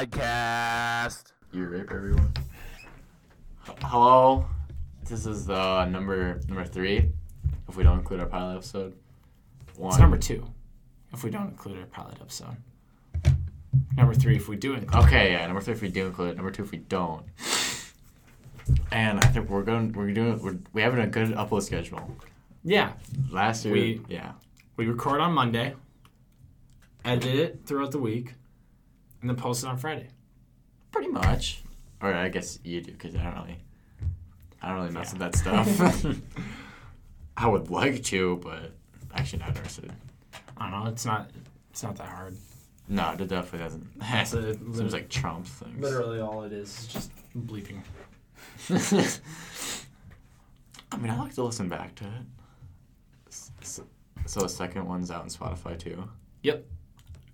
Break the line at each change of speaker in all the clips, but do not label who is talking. podcast.
You rape everyone.
Hello. This is uh, number number three, if we don't include our pilot episode. One.
It's number two, if we don't include our pilot episode. Number three, if we do include.
Okay, yeah. Number three if we do include it. Number two if we don't. And I think we're going. We're doing. We're, we having a good upload schedule.
Yeah,
Last year,
We-
yeah,
we record on Monday, edit it throughout the week, and then post it on Friday.
pretty much. Or I guess you do because I don't really. I don't really mess with that stuff. I would like to, but actually not interested.
I don't know. It's not. It's not that hard.
No, it definitely doesn't.
It's a-
Seems like Trump's things.
Literally, all it is is just bleeping.
I mean, I like to listen back to it. S- s- So the second one's out on Spotify too.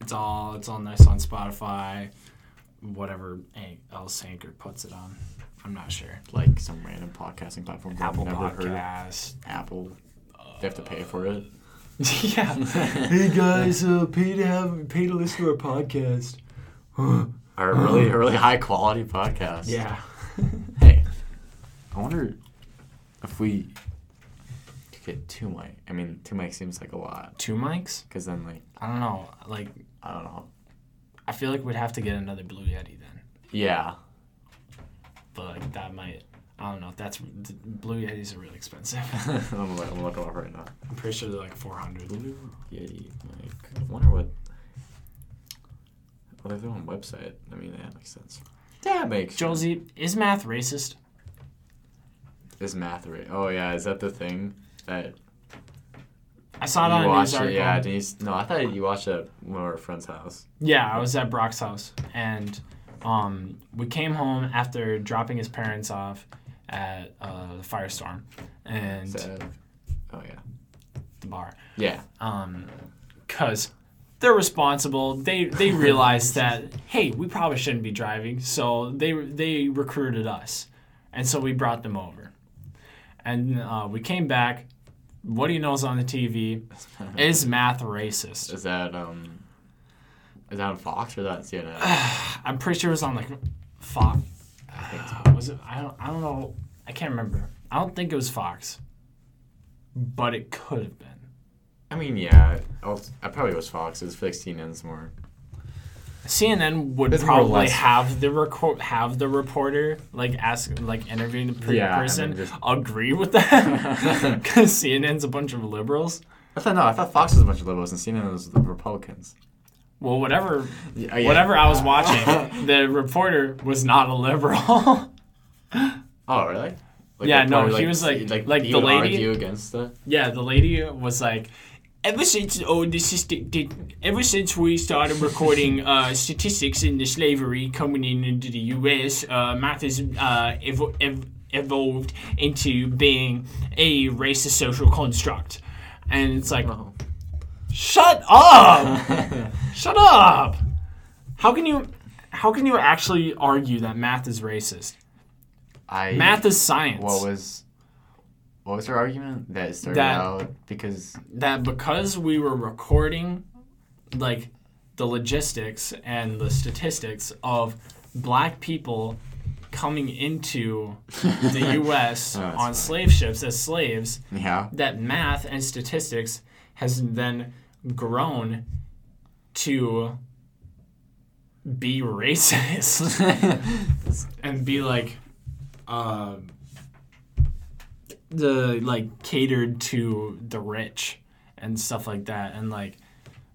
It's all. It's all nice on Spotify, whatever an- else Anchor puts it on. I'm not sure.
Like some random podcasting platform that
Apple
I've never heard of.
Podcast.
Apple. They have to pay for it.
Uh. yeah. hey guys, uh, pay to have pay to listen to our podcast.
Or a really, a really high quality podcast.
Yeah.
Hey, I wonder if we could get two mic. I mean, two mic seems like a lot.
Two mics?
Cause then like
I don't know. Like,
I don't know.
I feel like we'd have to get another Blue Yeti then.
Yeah.
But like, that might. I don't know. That's th- Blue Yetis are really expensive.
I'm look- I'm looking up right now.
I'm pretty sure they're like 400.
Blue Yeti mic. I wonder what. Well, they have their own website. I mean, that makes sense. That makes sense.
Josie, is math racist?
Is math right? Oh yeah, is that the thing that
I saw it on
you
a news
watched?
article.
It, yeah, Denise. No, I thought you watched it at one of our friend's house.
Yeah, I was at Brock's house, and um, we came home after dropping his parents off at uh, the firestorm and
Sad. Oh yeah.
the bar.
Yeah.
Um because they're responsible. They they realized that hey, we probably shouldn't be driving, so they they recruited us, and so we brought them over, and uh, we came back. What do you know is on the TV? Is math racist?
Is that um? Is that on Fox or is that on CNN?
I'm pretty sure it was on like Fox.
I think so.
Was it? I don't. I don't know. I can't remember. I don't think it was Fox, but it could have been.
I mean, yeah. I'll, I probably was Fox. It was like CNN's more.
CNN would
It's more or
probably
less-
have the record have the reporter like ask like interviewing the per-
Yeah, and
person
then just-
agree with that because CNN's a bunch of liberals.
I thought no. I thought Fox was a bunch of liberals and CNN was the Republicans.
Well, whatever
Yeah, yeah.
whatever I was watching, the reporter was not a liberal.
Oh, really? Like,
Yeah,
they
no,
probably,
he was, like- like
he
the
would
lady-
argue against it.
yeah, the lady was like. Ever since oh the system did, ever since we started recording uh, statistics in the slavery coming in into the U.S., uh, math has uh, ev- ev- evolved into being a racist social construct, and it's like,
Oh.
shut up, shut up. How can you, how can you actually argue that math is racist?
I
Math is science.
What was what was her argument that it started
That-
out because
that because we were recording like the logistics and the statistics of black people coming into the US
that's
on
fine.
slave ships as slaves
yeah
that math and statistics has then grown to be racist and be like uh, the like catered to the rich and stuff like that and like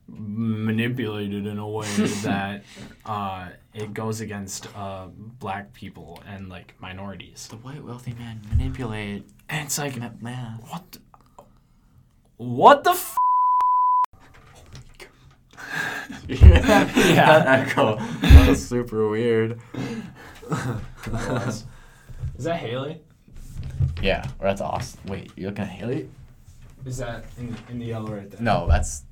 manipulated in a way that uh, it goes against uh, black people and like minorities
the white wealthy man manipulated
and it's like
man.
what the, what the f-
yeah,
Yeah.
that echo. That was super weird.
Is that Haley?
yeah, or that's awesome. Wait, you're looking at Haley?
Is that in, in the yellow right there?
No, that's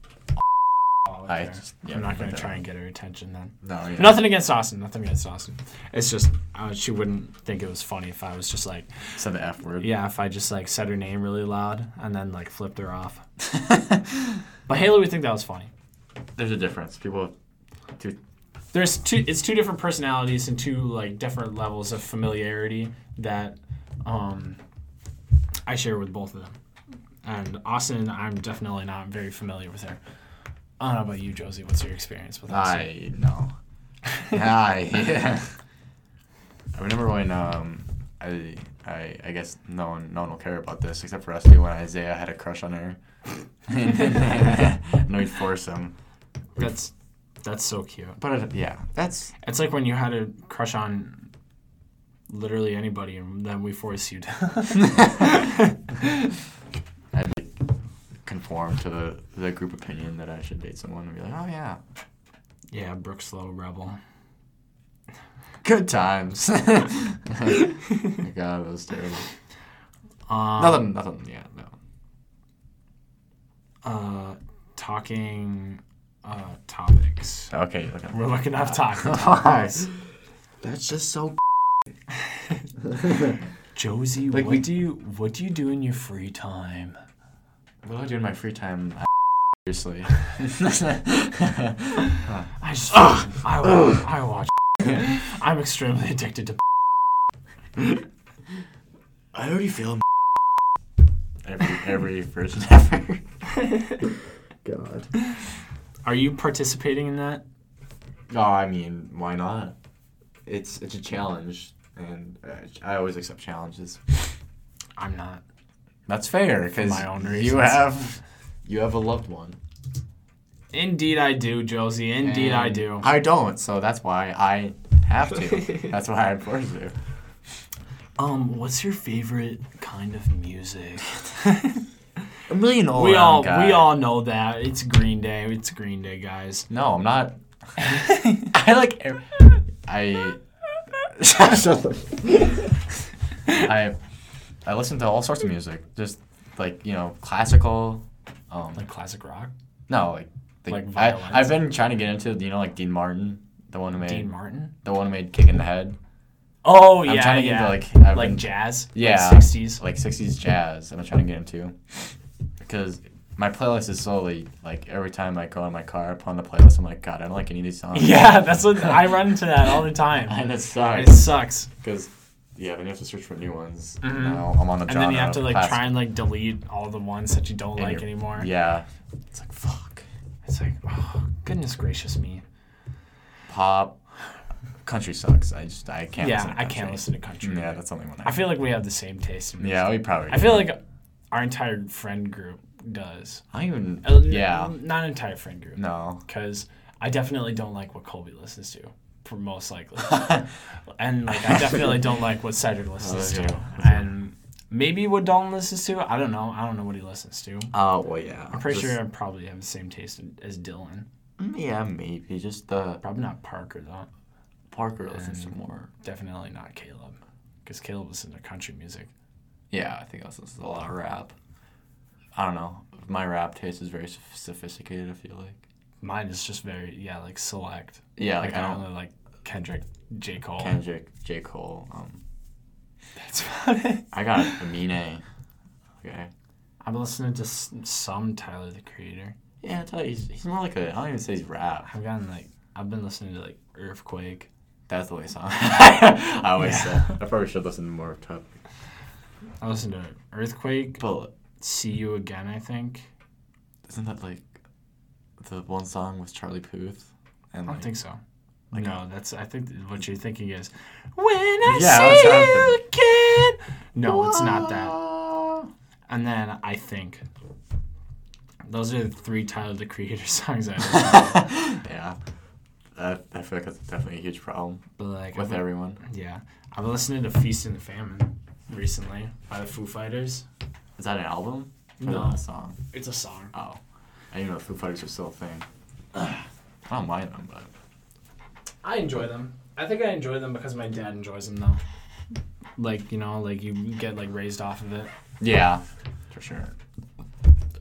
Oh,
I
okay.
just- yeah,
I'm not gonna
okay.
try and get her attention then.
no. Yeah.
Nothing against Austin. Nothing against Austin. It's just uh, she wouldn't think it was funny if I was just like,
Said the f word.
yeah, if I just like said her name really loud and then like flipped her off. but Haley would think that was funny.
There's a difference. People have two
there's two it's two different personalities and two like different levels of familiarity that um, I share with both of them. And Austin, I'm definitely not very familiar with her. I don't know about you, Josie. What's your experience with Austin?
I know. I yeah. I remember when um I I I guess no one no one will care about this except for us two when Isaiah had a crush on her. and we'd force him.
That's that's so cute.
But it, yeah, that's
It's like when you had a crush on literally anybody, and then we forced you to.
I like, conform to the, the group opinion that I should date someone and be like, oh yeah,
yeah, Brooke Slow Rebel.
good times. My God, that was terrible.
Um,
Nothing, nothing. Yeah, no.
Uh, talking uh, topics.
Okay, look
We're looking up topics.
Alright. That's just so.
Josie,
Like
what
we-
do you what do you do in your free time?
What do I do in my free time? Seriously.
I just I, wa- I watch. I'm extremely addicted to.
I already feel every every person ever. God.
Are you participating in that?
No, Oh, I mean, why not? It's it's a challenge, and uh, I always accept challenges.
I'm not.
That's fair because
my own
you
reasons.
have you have a loved one.
Indeed, I do, Josie. Indeed, I
And
do.
I don't, so that's why I have to. that's why I'm forced to.
Um, what's your favorite kind of music?
I'm really an
we all
guy.
we all know that it's Green Day. It's Green Day, guys.
No, I'm not. I like. ev- I. I. I listen to all sorts of music, just like you know, classical. Um,
Like classic rock.
no, like. The,
Like violins?
I, I've been trying to get into you know like Dean Martin, the one who made
Dean Martin.
the one who made Kick in the Head.
Oh yeah,
I'm trying to get into
yeah.
like I've
like
been-
jazz.
Yeah.
Like 60s.
like 60s jazz i'm trying to get into because my playlist is solely like every time i go in my car I put on the playlist i'm like god i don't like any of these songs
Yeah, that's what I run into that all the time.
and it
It
sucks
sucks.
because yeah then you have to search for new ones
Mhm.
now i'm on the
And then you
genre
have to
of
like
classic-
try and like delete all the ones that you don't
and
like
you're-
anymore.
yeah it's like fuck
It's like, oh, goodness gracious me.
pop country sucks i just i can't
yeah,
listen to
I can't
country. Mm,
listen to country.
yeah that's the only one
I feel like we have the same taste. In music.
yeah we probably
I feel like our entire friend group does.
i even
Uh, n-
yeah
Not entire friend group.
no
because I definitely don't like what Colby listens to, for most likely, and like I definitely don't like what Cedric listens
Oh, yeah.
to, and maybe what Dalton listens to. I don't know. I don't know what he listens to.
oh well yeah
I'm pretty
Just-
sure I probably have the same taste as Dylan.
mm, yeah maybe just the
Probably not Parker though.
parker listens
Mm.
to more
Definitely not Caleb, because Caleb listens to country music.
Yeah, I think I listen to a lot of rap. I don't know. My rap taste is very soph- sophisticated. I feel like.
Mine is just very yeah, like select.
Yeah,
Like,
like, I
I
don't
only like Kendrick, J Cole.
Kendrick, J Cole. Um,
That's about it.
I got Aminé. Okay.
I'm listening to s- some Tyler the Creator.
Yeah, I tell you, he's, he's more like a. I don't even say he's rap.
I've gotten like I've been listening to like Earthquake.
That's the way song. I always
Yeah.
say. I probably should listen to more top.
I listened to Earthquake,
But
See You Again, I think.
isn't that like the one song with Charlie Puth? And
I don't
like,
think so.
Like-
no, that's I think what you're thinking is when I
Yeah, that's what I'm
see you again. No, it's not that.
that.
And then I think those are the three Tyler the Creator songs I listen to.
yeah, I, I feel like that's definitely a huge problem
but like
with
I've-
everyone.
yeah, I've been listening to Feast and the Famine recently by the Foo Fighters.
Is that an album? Or
No.
A song.
It's a song.
Oh. I didn't know Foo Fighters was still a thing. I don't mind them, but
I enjoy them. I think I enjoy them because my dad enjoys them though. Like you know, like you get like raised off of it.
yeah, for sure.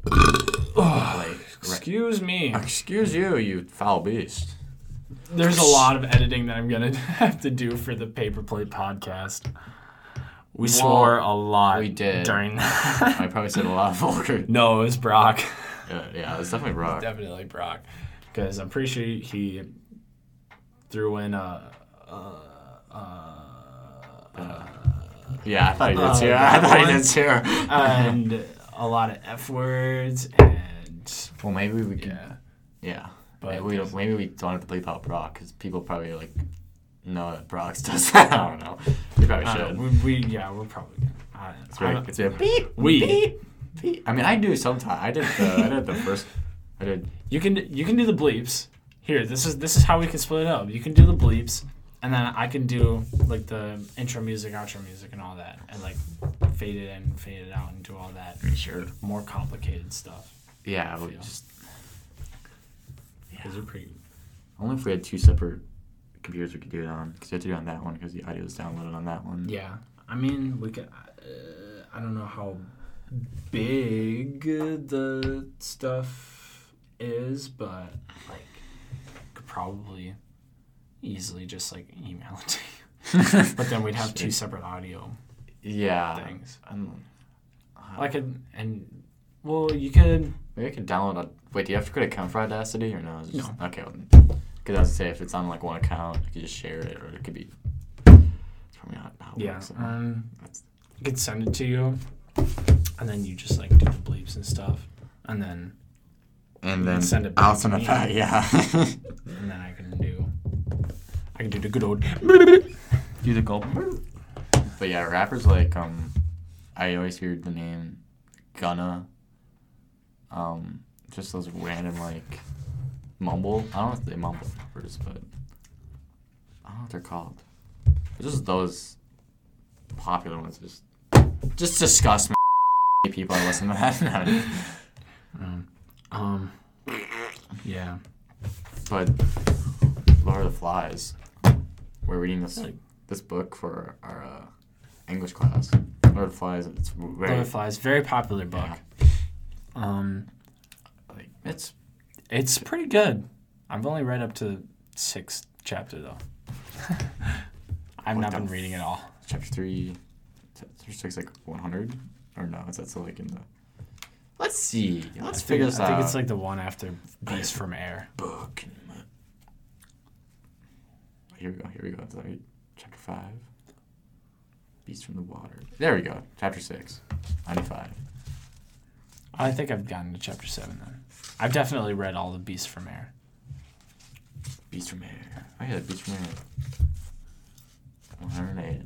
like, re-
Excuse me.
Uh, excuse you, you foul beast.
There's a lot of editing that I'm gonna have to do for the paper plate podcast. We swore a lot.
we did.
during that.
I probably said a lot of vulgar.
no, it was Brock.
Uh, yeah, it's definitely rock.
Definitely Brock, because I'm pretty sure he threw in a. Uh, uh, uh,
Yeah, I thought he did too.
Uh,
I thought he
one-
did too.
and a lot of f words and
well, maybe we could. Yeah.
yeah.
But
But-
we don't, maybe we don't have to bleep out Brock because people probably like know that Brock's does that. I don't know. We probably
I don't
should.
know, we, we yeah we're probably gonna. I,
It's
I
very,
don't-
it's very beep,
We.
beep, beep. I mean, I do sometimes. I did the, I did the first. I did.
you can you can do the bleeps. Here, this is this is how we can split it up. You can do the bleeps, and then I can do like the intro music, outro music, and all that, and like fade it in, fade it out, and do all that
Sure.
more complicated stuff.
Yeah. We
Yeah.
just,
Those are pretty.
only if we had two separate computers we could do it on because you have to do it on that one because the audio is downloaded on that one.
Yeah, I mean we could. Uh, I don't know how big the stuff is, but like could probably easily just like email it to you. But then we'd have two separate audio
yeah.
things.
I'm-
I could and well, you could.
Maybe I could download a. Wait, do you have to create an account for Audacity or no? It's just- Okay. Because I was say if it's on like one account, I could just share it, or it could be. It's probably not how it
Yeah,
works.
um,
That's-
I could send it to you, and then you just like do the bleeps and stuff, and then
And
then
then
send it back
I'll
to
send it
me.
back. Yeah.
and then I can do. I can do the good old.
do the gulp. But yeah, rappers like um, I always hear the name Gunna. Um, just those random like mumble. I don't know if they mumble rappers, but I don't know what they're called. It's just those popular ones. Just just disgust me. People I listen to that. No,
Um, um, yeah.
but Lord of the Flies. We're reading this
Really?
this book for our uh, English class. Lord of the Flies. It's very
Butterflies, very popular book.
Yeah.
Um,
like it's
it's pretty good. I've only read up to sixth chapter though. I've
What
not
the
been reading at all.
chapter three. Chapter six, like one hundred, or no? Is that still like in the? Let's see. Let's
I think-
figure this
I think
out.
it's like the one after Beast from Air.
book. oh, Here we go. Here we go. It's like chapter five. Beast from the water. There we go. Chapter six. Ninety-five.
I think I've gotten to chapter seven then. I've definitely read all the Beast from Air.
Beast from air. Oh yeah, Beast from air. One hundred eight.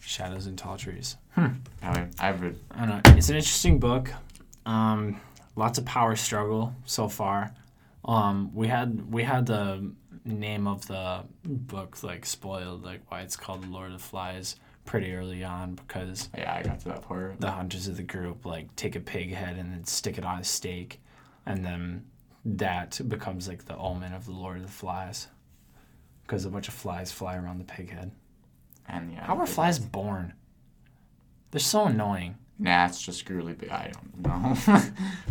Shadows and Tall Trees.
I mean, I've read.
I don't know. It's an interesting book. Um, lots of power struggle so far. Um, we had we had the name of the book like spoiled, like why it's called Lord of the Flies, pretty early on because
Yeah, I got to that part.
the hunters of the group like take a pig head and then stick it on a stake, and then that becomes like the omen of the Lord of the Flies, because a bunch of flies fly around the pig head.
And yeah.
How are
it-
flies born? They're so annoying.
Nah, it's just really big. I don't know.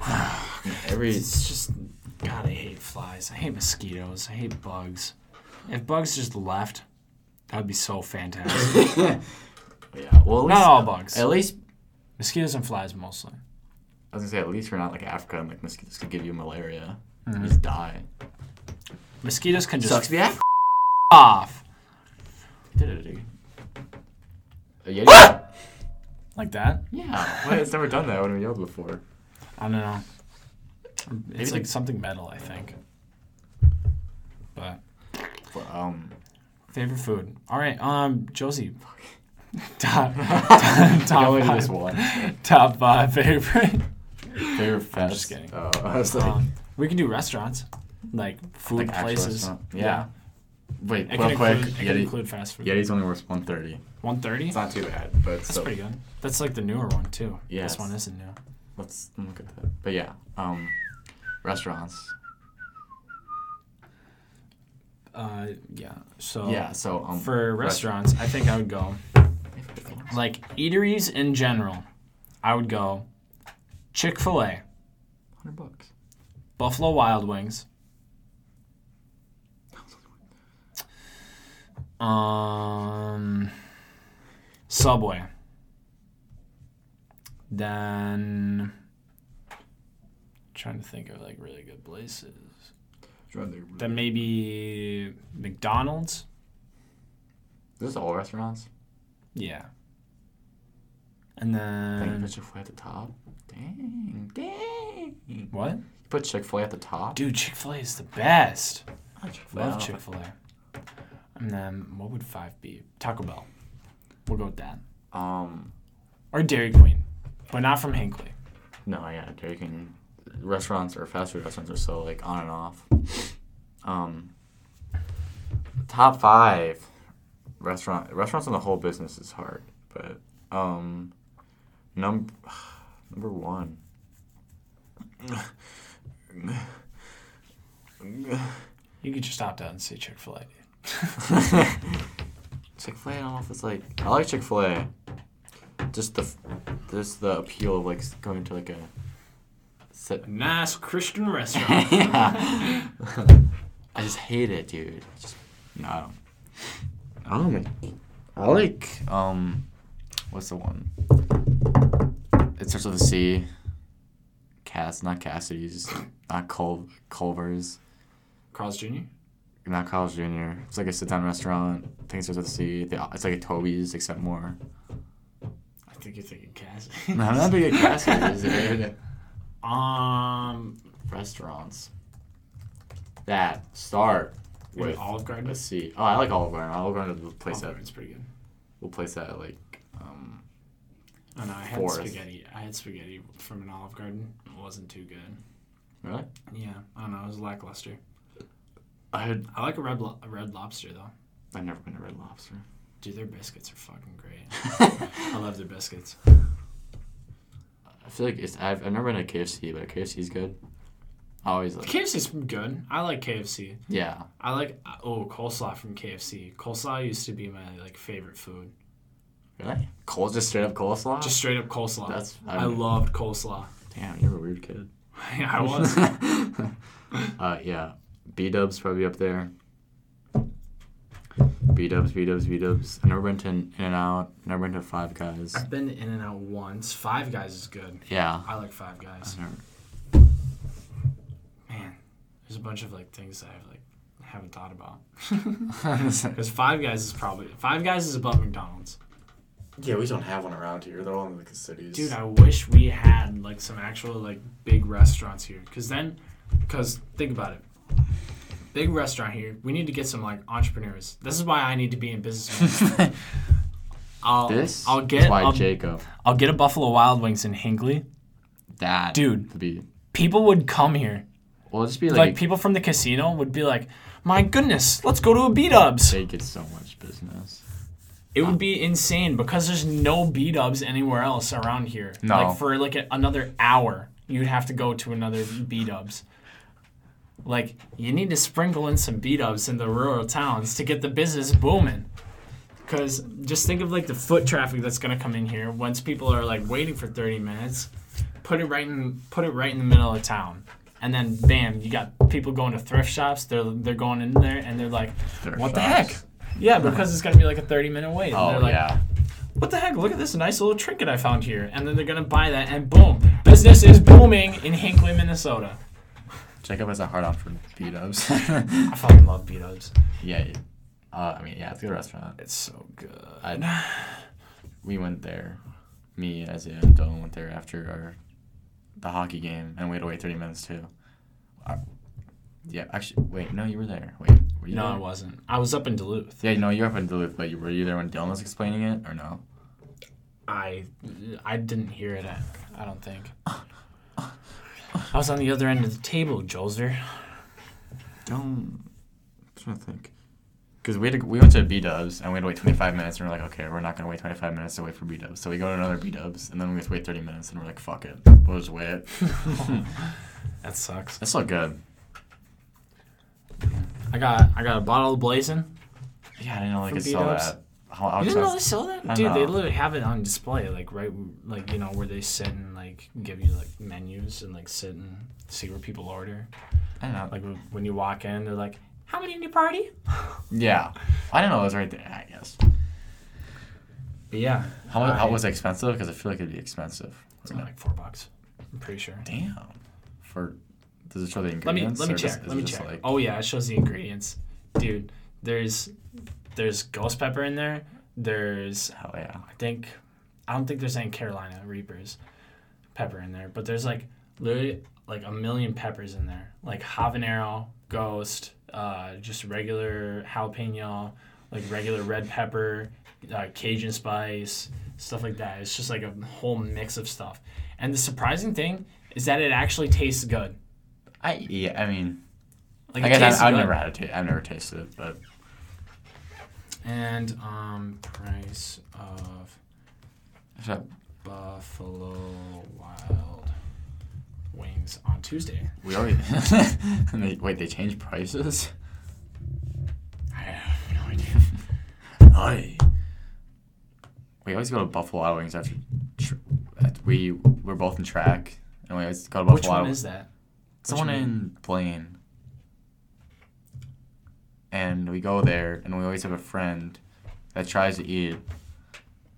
Every
It's just God, I hate flies. I hate mosquitoes. I hate bugs. If bugs just left, that'd be so fantastic.
yeah. Well, at least,
Not all bugs.
at least
Mosquitoes and flies mostly.
I was gonna say at least we're not like Africa and like mosquitoes could give you malaria.
Mm-hmm.
You just die.
Mosquitoes can just
Sucks to be Africa.
off
Did it, dude. A Yeti?
like that.
yeah. Well, it's never done that when we yelled before.
I don't know. It's
the-
like something metal, I think. But
But, um.
favorite food. All right, um, Josie. Top, top,
I only did
five,
this one.
top five favorite.
Favorite fest.
just kidding.
Oh, I was like,
Um, we can do restaurants, like food
Like actual
places.
restaurant. Yeah. wait,
It
real
can
quick.
include, it can
Yeti.
include fast food.
Yeti's only worth one thirty.
One thirty.
It's
That's
not too bad, but it's still-
pretty good. That's like the newer one too.
Yeah,
This
it's-
one isn't new.
let's look at that. But yeah, um, restaurants.
Uh, yeah. So
Yeah, so um,
for
rest-
restaurants, I think I would go like eateries in general. I would go Chick Fil A,
hundred bucks.
Buffalo Wild Wings. Um, Subway. Then trying to think of like really good places. Then maybe McDonald's.
This is all restaurants.
Yeah. And
Dang, you
then
put Chick Fil A at the top. Dang, dang. You
what?
put Chick Fil A at the top.
Dude, Chick Fil A is the best.
Chick-fil-A.
Love Chick Fil A. And then what would five be? Taco Bell. We'll go with that.
Um,
Or Dairy Queen, but not from Hinkley.
no, yeah, Dairy Queen restaurants or fast food restaurants are so like on and off. Um, top five restaurant restaurants in the whole business is hard, but um, number number one.
You could just opt out and say Chick Fil A.
Chick Fil A, I don't know if it's like I like Chick Fil A. Just the, just the appeal of like going to like a, sit.
Nice Christian restaurant.
yeah. I just hate it, dude. I Just no. I don't. know. I like um, what's the one? It starts with a C. Cass, not Cassidy's, not Cul- Culver's,
Carl's Jr.
not Carl's Jr. It's like a sit-down restaurant. I think it starts with a C. They- It's like a Toby's, except more.
I think you're thinking Cass.
No, I'm not big at Cassidy's, dude.
um,
Restaurants. That start
maybe
with.
Olive Garden.
Let's see. Oh, I like Olive Garden. Olive Garden will place
Olive
that.
Garden's pretty good.
We'll place that at, like. Um,
Oh no, I had
Fourth.
spaghetti. I had spaghetti from an Olive Garden. It wasn't too good.
really?
Yeah, I don't know. It was lackluster.
I had.
I like a red lo- a red lobster though.
I've never been to Red Lobster.
Dude, their biscuits are fucking great. I love their biscuits.
I feel like it's. I've, I've never been to KFC, but KFC's good. I always like.
KFC's good. I like KFC.
Yeah.
I like oh coleslaw from KFC. Coleslaw used to be my like favorite food.
Really? Cole just straight up coleslaw.
Just straight up coleslaw.
That's-
I, loved coleslaw.
Damn, you're a weird kid.
I was.
uh, yeah. B Dub's probably up there. B Dubs, B Dubs, B Dubs. I've never been to In and Out. Never been to Five Guys.
I've been in and out once. Five Guys is good.
Yeah.
I like Five Guys.
I've never-
Man, there's a bunch of like things that I've like haven't thought about. Because Five Guys is probably Five Guys is above McDonald's.
yeah, we don't have one around here. They're all in the cities.
Dude, I wish we had like some actual like big restaurants here. Cause then, cause think about it, big restaurant here. We need to get some like entrepreneurs. This is why I need to be in business. management. I'll
this
I'll get
is why
I'll,
Jacob
I'll get a Buffalo Wild Wings in Hinkley.
that
Dude.
would be
People would come here.
well it'd just be
Like,
like,
people from the casino would be like, "My goodness, let's go to a B Dubs."
they get so much business.
It would be insane because there's no B Dubs anywhere else around here.
No.
Like for like a, another hour, you'd have to go to another B Dubs. Like you need to sprinkle in some B Dubs in the rural towns to get the business booming. Cause just think of like the foot traffic that's gonna come in here once people are like waiting for 30 minutes. Put it right in put it right in the middle of town. And then bam, you got people going to thrift shops. They're they're going in there and they're like,
Thrift
what the
shops.
heck? Yeah, because it's gonna be like a 30 minute wait. and
Oh
they're like,
yeah.
what the heck? Look at this nice little trinket I found here. And then they're going to buy that, and boom, business is booming in Hinkley, Minnesota.
Jacob has a hard on for B Dubs.
I fucking love B Dubs.
yeah. Uh, I mean, yeah, it's a good restaurant.
It's so good.
I, we went there. Me, Isaiah, and Dylan went there after our the hockey game, and we had to wait 30 minutes too. Uh, yeah, actually, wait, no, you were there. Wait, were you
No,
there?
I wasn't. I was up in Duluth.
Yeah, no, you were up in Duluth, but you, were you there when Dylan was explaining it, or no?
I I didn't hear it, I, I don't think. I was on the other end of the table, Jolzer.
Dylan, I'm trying to think. Because we, had to- we went to B Dubs and we had to wait 25 minutes, and we're like, okay, we're not going to wait 25 minutes to wait for B Dubs. So we go to another B Dubs, and then we have to wait 30 minutes, and we're like, fuck it. We'll just wait.
That sucks.
That's not good.
I got I got a bottle of Blazing.
Yeah, I didn't know they
From
could sell
B-Dubs?
that. How, I
You
was
didn't know
just-
they sell
I
that? Dude, they
know.
literally have it on display, like right, like you know where they sit and like give you like menus and like sit and see where people order.
I don't know. Like,
Like when you walk in, they're like, "How many in your party?"
yeah, I didn't know it was right there. I guess.
But yeah,
How, mu- how
I-
was it expensive? Because I feel like it'd be expensive.
It's only like four bucks. I'm pretty sure.
Damn. For Does it show the
Let me
ingredients?
let me
or does-
check.
is
Let
it
me
just
check.
like-
oh yeah, it shows the ingredients, dude. There's there's ghost pepper in there. There's
Hell yeah.
I think I don't think there's any Carolina Reapers pepper in there, but there's like literally like a million peppers in there, like habanero, ghost, uh, just regular jalapeno, like regular red pepper, uh, Cajun spice, stuff like that. It's just like a whole mix of stuff. And the surprising thing is that it actually tastes good.
I yeah. I mean,
Like
I
it
guess
tastes
I, I've
good.
never had it. I've never tasted it, but
And um, price of
is that
Buffalo Wild Wings on Tuesday.
we already. and they, wait, they changed prices.
I have no idea.
Aye. We always go to Buffalo Wild Wings after. Tr- at- we we're both in track, and we always go to Buffalo.
Which one
Wild-
is that?
Someone
one?
in Blaine. And we go there, and we always have a friend that tries to eat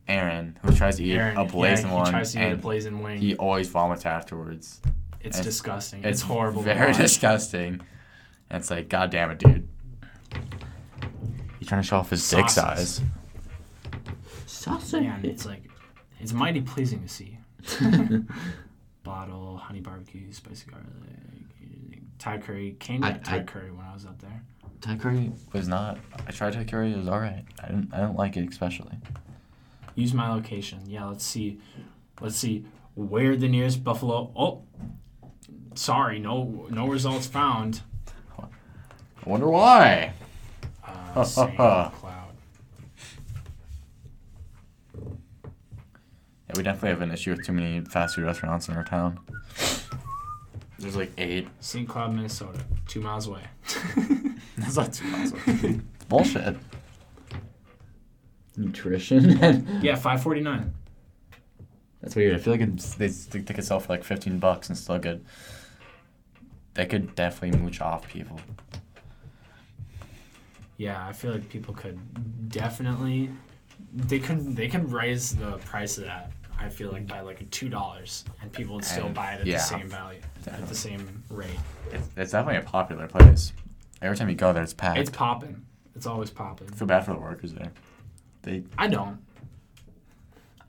Aaron, who tries to eat
Aaron,
a blazing
yeah,
one,
He tries to eat a
and
blazing wing.
he always vomits afterwards.
it's,
it's-
disgusting. It's, horrible. to
Very
watch.
disgusting. And it's like, God damn it, dude. He's trying to show off his dick
Sauces.
size.
Sausage.
Yeah, and it's like, it's mighty pleasing to see. Bottle, honey barbecue, spicy garlic, Thai curry. Came
I-
to Thai
I-
curry when I was up there.
Thai curry was not. I tried Thai curry. It was all right. I didn't. I didn't like it especially.
Use my location. Yeah, let's see. Let's see where the nearest Buffalo. Oh, sorry, no, no results found.
I wonder why.
Uh, Sam Cloud.
Yeah, we definitely have an issue with too many fast food restaurants in our town. There's like eight.
St. Cloud, Minnesota, two miles away.
That's not two miles away. It's bullshit. Nutrition.
Yeah, 549.
That's weird. I feel like it's, they think they could sell for like 15 bucks and still good. They could definitely mooch off people.
Yeah, I feel like people could definitely they could they could raise the price of that. I feel like by like two dollars, and people would still
And-
buy it at
yeah.
the same value, at
Definitely.
the same rate.
It's, it's definitely a popular place. Every time you go there, it's packed.
It's popping. It's always popping.
I feel bad for the workers there. They
I don't.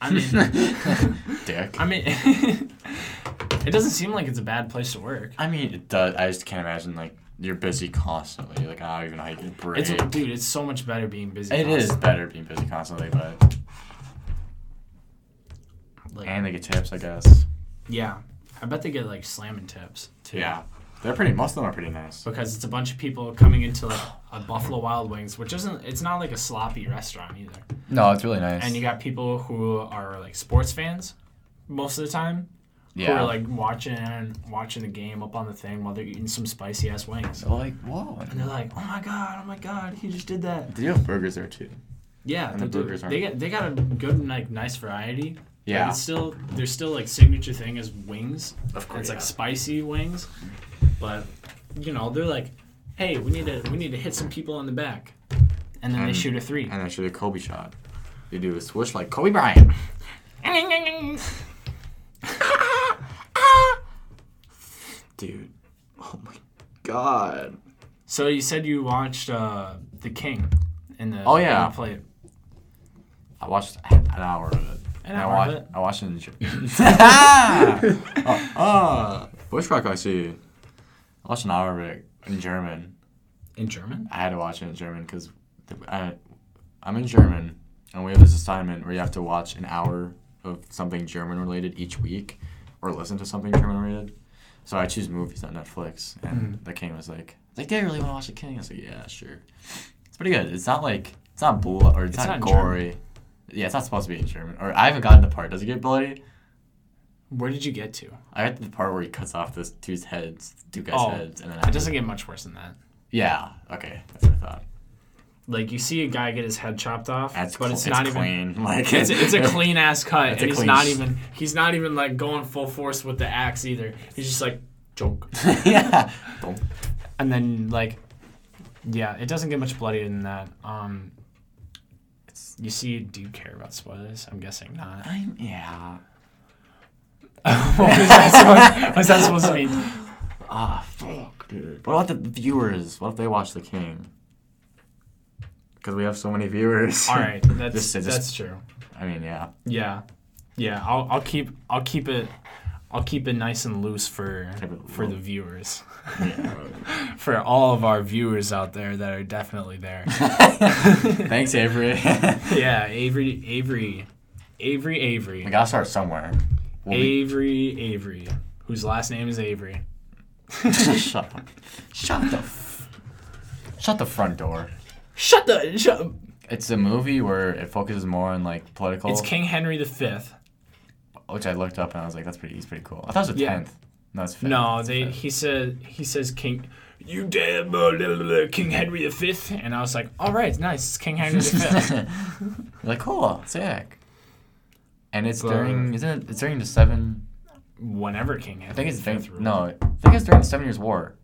I mean,
dick.
I mean, it doesn't seem like it's a bad place to work.
I mean, it does. I just can't imagine like you're busy constantly. Like I don't even know how you can break.
It's dude, it's so much better being busy.
It is
constantly.
better being busy constantly, but
Like,
and they get tips, I guess.
yeah, I bet they get like slamming tips too.
Yeah, they're pretty. Most of them are pretty nice.
because it's a bunch of people coming into like a Buffalo Wild Wings, which isn't it's not like a sloppy restaurant either.
No, it's really nice.
And you got people who are like sports fans most of the time. Who
yeah,
are like watching watching the game up on the thing while they're eating some spicy ass wings.
They're like whoa.
And they're like, "Oh my god, oh my god, he just did that."
They do have burgers there too.
Yeah,
And
they
the
do.
burgers aren't-
They get they got a good like nice variety. Like,
Yeah,
it's still their still like signature thing is wings.
of
It's like spicy wings, but you know they're like, hey, we need to we need to hit some people in the back, and then they
And-
shoot a three.
and actually, a Kobe shot. They do a swish like Kobe Bryant. Dude, oh my god.
so you said you watched uh, The King in the
Oh, yeah.
in the play.
I watched an hour of it.
An
And
hour
I
of
watched.
it.
I watched it. In the oh, oh, Bushrock, I see. I watched an hour of it in German.
in German.
I had to watch it in German because I'm in German, and we have this assignment where you have to watch an hour of something German related each week, or listen to something German related. So I choose movies on Netflix, and the King was like, "Like, do you really want to watch the King?" I was like, "Yeah, sure." It's pretty good. It's not like it's not blood or it's,
It's
not,
not in
gory. Yeah, it's not supposed to be in German. Or I haven't gotten the part. Does it get bloody?
Where did you get to?
I got to the part where he cuts off this two's heads, two guys'
Oh,
heads, and then I
It doesn't get much worse than that.
Yeah. Okay, that's what I thought.
Like you see a guy get his head chopped off,
That's
but
cl-
it's not even.
clean. Like
It's, it's a clean ass cut,
It's a
and he's
clean
not
s-
even he's not even like going full force with the axe either. He's just like joke.
yeah.
and then like yeah it doesn't get much bloodier than that um it's- you see do you care about spoilers i'm guessing not
I'm, yeah.
what was that supposed, what was that supposed to mean
Ah, fuck, dude. What about the viewers? What if they watch The King? Because we have so many viewers.
All right, that's
Just- just-
that's true.
I mean, yeah.
Yeah, yeah. I'll I'll keep I'll keep it. I'll keep it nice and loose for
Keep it
for
low.
the viewers,
yeah.
for all of our viewers out there that are definitely there.
Thanks, Avery.
yeah, Avery, Avery, Avery,
we
Avery,
gotta start somewhere. We'll be-
Avery, Avery, whose last name is Avery.
shut the, shut the, f- shut the front door.
Shut the shut.
It's a movie where it focuses more on like political,
It's King Henry V.
which I looked up and I was like, that's pretty, he's pretty cool. I thought it was a
Yeah.
tenth. No, it's fifth.
No,
It's
they
fifth.
he said he says King. You damn uh, blah, blah, blah, blah, King Henry V, and I was like, all right, nice, it's King Henry V.
like cool, sick. And it's
But-
during isn't it? It's during the seven.
Whenever King Henry.
I think it's during
V ruled.
no. I think it's during the Seven Years War.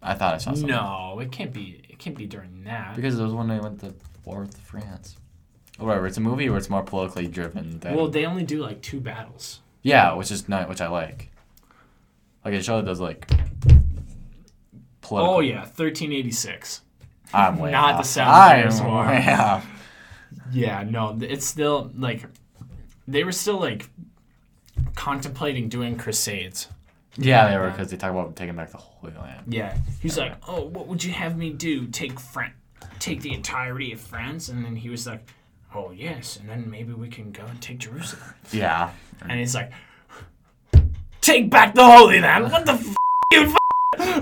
I thought I saw something.
No, it can't be. It can't be during that.
because it was when they went to war with France. Or Whatever. It's a movie where it's more politically driven. Than,
well, they only do like two battles.
yeah, which is not which I like. Like a show that does like. Political.
Oh yeah, 1386.
I'm way
Not
off.
the Seven
I
Years
am
War.
way off.
Yeah, no, th- it's still like they were still like contemplating doing crusades.
Yeah, they were because they talk about taking back the Holy Land.
Yeah, he's like, oh, what would you have me do? Take Fran- take the entirety of France, and then he was like, oh yes, and then maybe we can go and take Jerusalem.
Yeah.
And he's like, take back the Holy Land. What the f- you? F-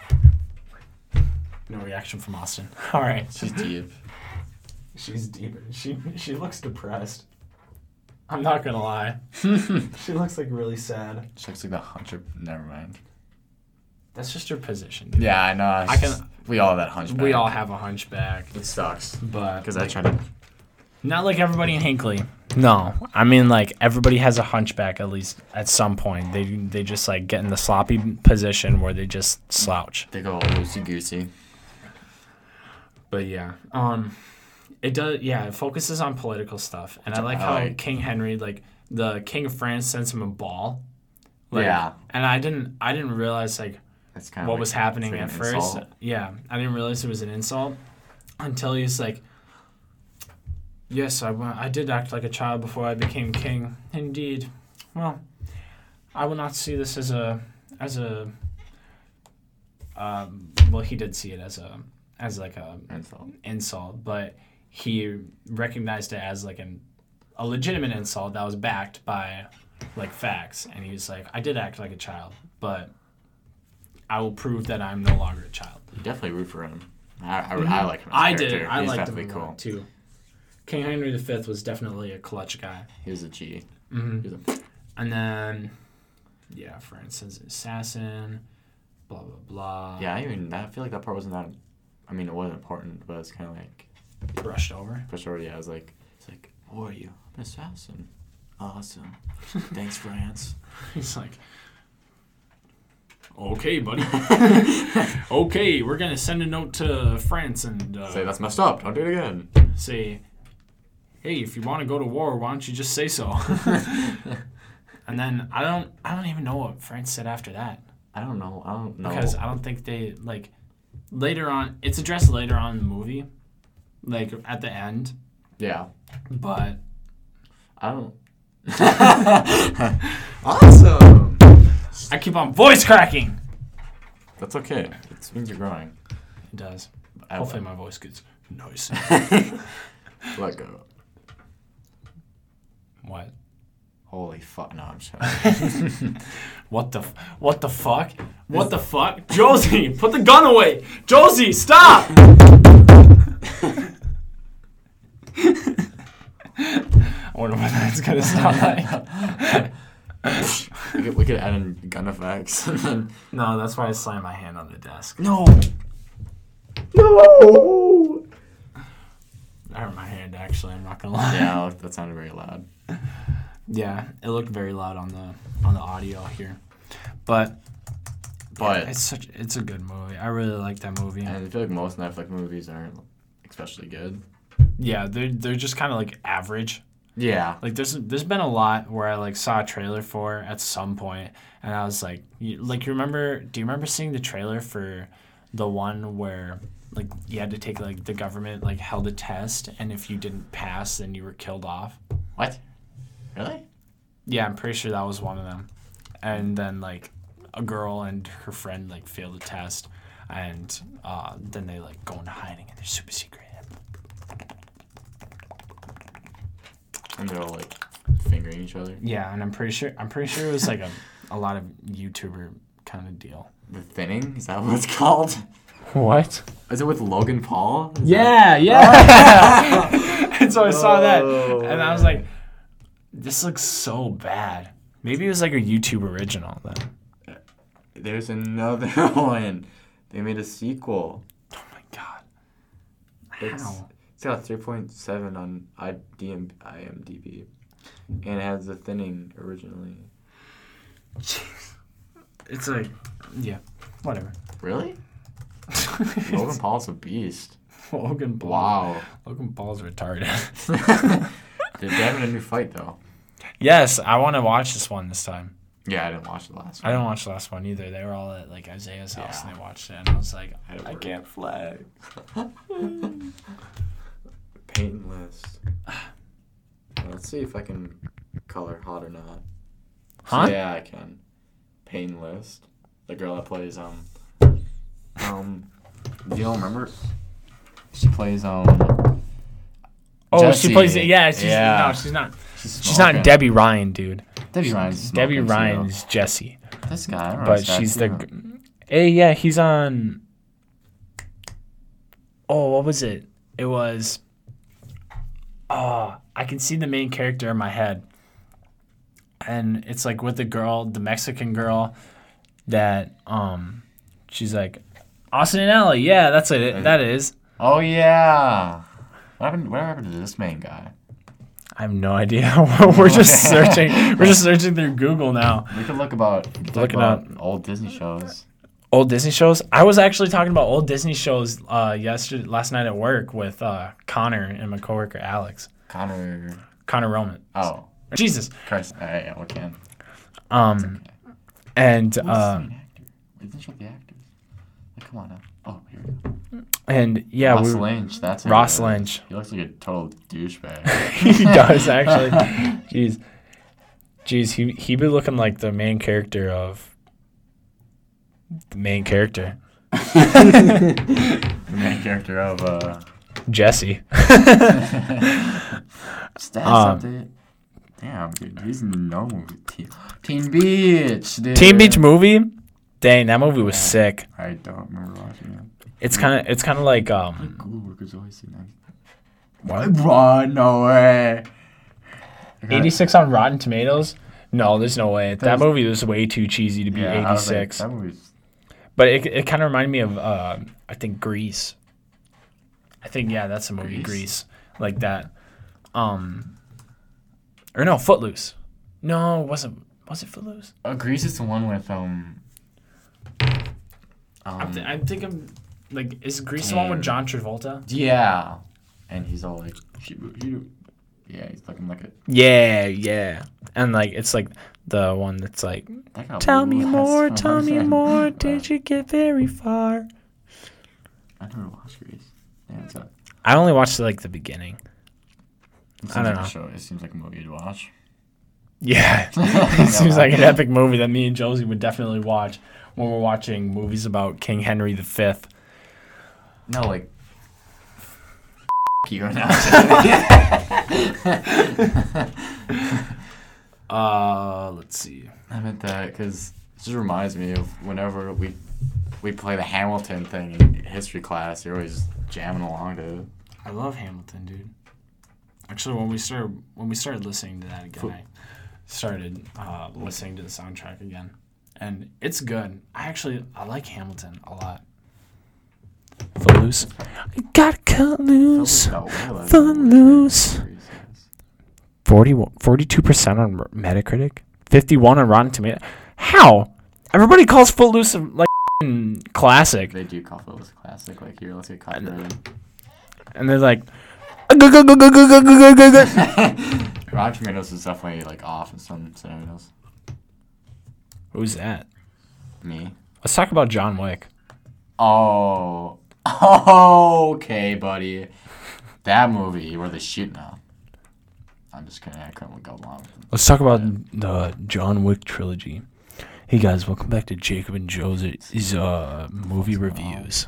no reaction from Austin. All right,
She's deep.
She's deep. She she looks depressed.
I'm not gonna lie.
She looks like really sad.
She looks like the hunter. Never mind.
That's just her position. dude.
Yeah, I know. I,
I
can.
can-
We all have that hunchback.
We all have a hunchback,
It sucks.
but
Because I try to.
Not like everybody in Hinkley. No, I mean like everybody has a hunchback at least at some point. They they just like get in the sloppy position where they just slouch.
They go loosey goosey.
But yeah, um, it does. Yeah, it focuses on political stuff, and I like how
like.
King Henry, like the King of France, sends him a ball. Like,
Yeah.
and I didn't I didn't realize like
That's kind of.
what was happening at first. Yeah, I didn't realize it was an insult until he's like, "Yes, I wa- I did act like a child before I became king. Indeed. Well, I will not see this as a as a. Um, well, he did see it as a as like a
Insult.
insult, but he recognized it as like an a legitimate insult that was backed by like facts, and he was like, "I did act like a child, but I will prove that I'm no longer a child."
You definitely root for him. I, I, I like him. as a
Mm-hmm. I did.
character.
I
He's
liked him
definitely
a lot, too. King Henry V was definitely a clutch guy,
He was a G.
Mhm.
He was a-
and then yeah, Francis assassin, blah blah blah.
yeah, I even. I feel like that part wasn't that. I mean, it wasn't important, but it's kind of like.
brushed over.
For sure, yeah. I was like, it's like, who are you? I'm an assassin. Awesome. Thanks, France.
He's like, okay, buddy. okay, we're gonna send a note to France and uh,
Say that's messed up. Don't do it again.
say, "Hey, if you want to go to war, why don't you just say so?" and then I don't, I don't even know what France said after that
I don't know. I don't know.
because I don't think they like later on. It's addressed later on in the movie, like at the end,
yeah.
but
I don't. awesome.
I keep on voice cracking.
That's okay. It means you're growing.
It does.
I
Hopefully, my voice gets nice.
Let go.
what?
Holy fuck! No, I'm sorry.
What the f- what the fuck? What the fuck? Josie, put the gun away. Josie, stop. I wonder what that's gonna sound like.
we, could, we could add in gun effects. and then-
No, that's why I slammed my hand on the desk.
no. No.
I hurt my hand actually. I'm not gonna lie.
Yeah, that sounded very loud.
Yeah, it looked very loud on the on the audio here, but
But
it's such it's a good movie. I really like that movie.
and I feel like most Netflix movies aren't especially good.
Yeah, they're they're just kind of like average.
Yeah.
Like there's there's been a lot where I like saw a trailer for at some point, and I was like, you, like you remember? Do you remember seeing the trailer for the one where like you had to take like the government like held a test, and if you didn't pass, then you were killed off?
What? Really?
Yeah, I'm pretty sure that was one of them. And then like a girl and her friend like failed a test, and uh, then they like go into hiding and they're super secret.
And they're all like fingering each other.
Yeah, and I'm pretty sure I'm pretty sure it was like a, a lot of YouTuber kind of deal.
The thinning? Is that what it's called?
What?
Is it with Logan Paul? Is
Yeah, yeah. Oh. and so I saw that,
Oh,
and I was like, "This looks so bad." Maybe it was like a YouTube original then.
that- There's another one. They made a sequel.
Oh my god.
It's,
How?
it's got a 3.7 on IDM, IMDb. And it has the thinning originally.
It's like, yeah, whatever.
Really? Logan Paul's a beast.
Logan Paul.
Wow.
Logan Paul's retarded.
They're having a new fight though.
yes, I want to watch this one this time.
Yeah, I didn't watch the last
I
one.
didn't watch the last one either. They were all at like Isaiah's house
Yeah.
and they watched it, and I was like,
Had it
I
work.
can't fly.
Paint list. Let's see if I can color hot or not.
Huh?
Yeah, I can. Pain list. The girl that plays um um do you all remember? She plays um
Oh,
Jessie.
she plays it. Yeah, she's
Yeah.
no, she's not.
she's,
She's not
smoking.
Debbie Ryan, dude.
Debbie Ryan's
Debbie
smoking, Oh, too.
Ryan's Jesse,
This guy, I don't know
but
this guy,
she's
too.
the. Hey, yeah, he's on. Oh, what was it? It was. Oh, I can see the main character in my head, and it's like with the girl, the Mexican girl, that um, she's like, Austin and Ellie. Yeah, that's it. That is.
Oh yeah. What happened what happened to this main guy?
I have no idea. we're just searching. We're just searching through Google now.
We could look about we could talk
Look it
about old Disney shows.
old Disney shows. I was actually talking about old Disney shows uh, yesterday, last night at work with uh, Connor and my coworker Alex,
Connor
Connor Roman.
Oh,
Jesus.
Christ. Alright, yeah, we can.
Um, and
Who's the
uh,
main actor? Isn't she the actors? Like, come on now. Oh, here we go.
and yeah,
Ross
we,
Lynch. That's it.
Ross Lynch.
He looks like a total douchebag.
he does actually. Jeez, jeez, he he be looking like the main character of the main character
the main character of uh.
Jesse.
Stats
Um,
update. Damn, dude, he's no Teen, Teen Beach. Dude.
Teen Beach movie. Dang, that movie was sick.
I don't remember watching it.
It's kind of it's kind of like um.
Google workers always say that. What? What? No way.
86 on Rotten Tomatoes? No, there's no way. That
There's-
movie was way too cheesy to be
Yeah, I was like,
86.
that movie's.
but it, it kind of reminded me of, uh, I think, Grease. I think, yeah, that's a movie,
Grease?
Grease. Like that. Um, or no, Footloose. No, it wasn't. Was it Footloose?
Oh, Grease is the one with um. um
I think I'm, like, is Grease
the one with
John Travolta?
yeah, and he's all like, she, you, yeah, he's looking like a
Yeah, yeah. And, like, it's like the one that's like,
That got
tell me
less
more,
fun
tell me
than-
more,
Uh,
did you get very far?
I never watched Grease. Yeah, it's a,
I only watched, like, the beginning.
it seems
I don't
like a
know.
show. It seems like a movie you'd watch.
Yeah, it seems like an epic movie that me and Josie would definitely watch when we're watching movies about King Henry V.
No, like. f- you and I.
Uh, let's see.
I meant that because it just reminds me of whenever we we play the Hamilton thing in history class. You're always jamming along to. it.
I love Hamilton, dude. Actually, when we started when we started listening to that again, I started uh, listening to the soundtrack again, and it's good. I actually I like Hamilton a lot. Footloose. I gotta cut loose.
Felt like that way, like,
Fun loose.
Grease, yes.
42 percent on R- Metacritic, fifty-one on Rotten Tomato. How? Everybody calls Footloose a, like f***ing classic,
They do call those classic. Like here, let's get copyrighted.
and they're like, "Ugh, ugh, ugh, ugh, ugh, ugh, ugh, ugh, ugh."
Rotten Tomatoes is definitely like off in some scenarios.
Who's that?
Me.
Let's talk about John Wick.
Oh. Oh, okay, buddy. That movie where they shoot now. I'm just kidding. I couldn't go along. with it.
Let's talk about the John Wick trilogy. Hey guys, welcome back to Jacob and Joe's is uh movie reviews.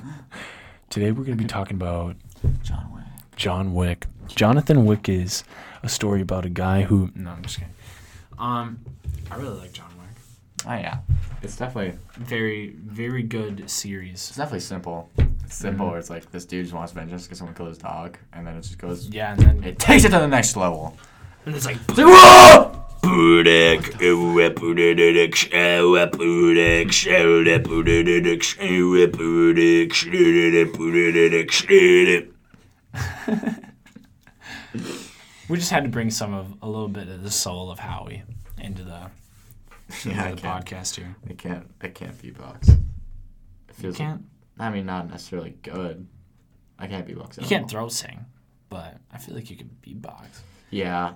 Today we're gonna be talking about
John Wick.
John Wick. Jonathan Wick is a story about a guy who no, I'm just kidding.
Um, I really like John Wick.
Oh yeah, it's definitely
Very, very good series.
it's definitely simple. It's simple.
Mm-hmm.
Where it's like this dude just wants vengeance because someone killed his dog, and then it just goes.
Yeah, and then
It takes it to the next level.
and it's like
We just had to bring some of a little bit of the soul of Howie into the,
Yeah,
into the podcast here.
It can't. It can't beatbox. It feels
Can't
I mean, not necessarily good. I can't beatbox.
you
at
can't
all.
throw sing, but I feel like you could beatbox.
Yeah,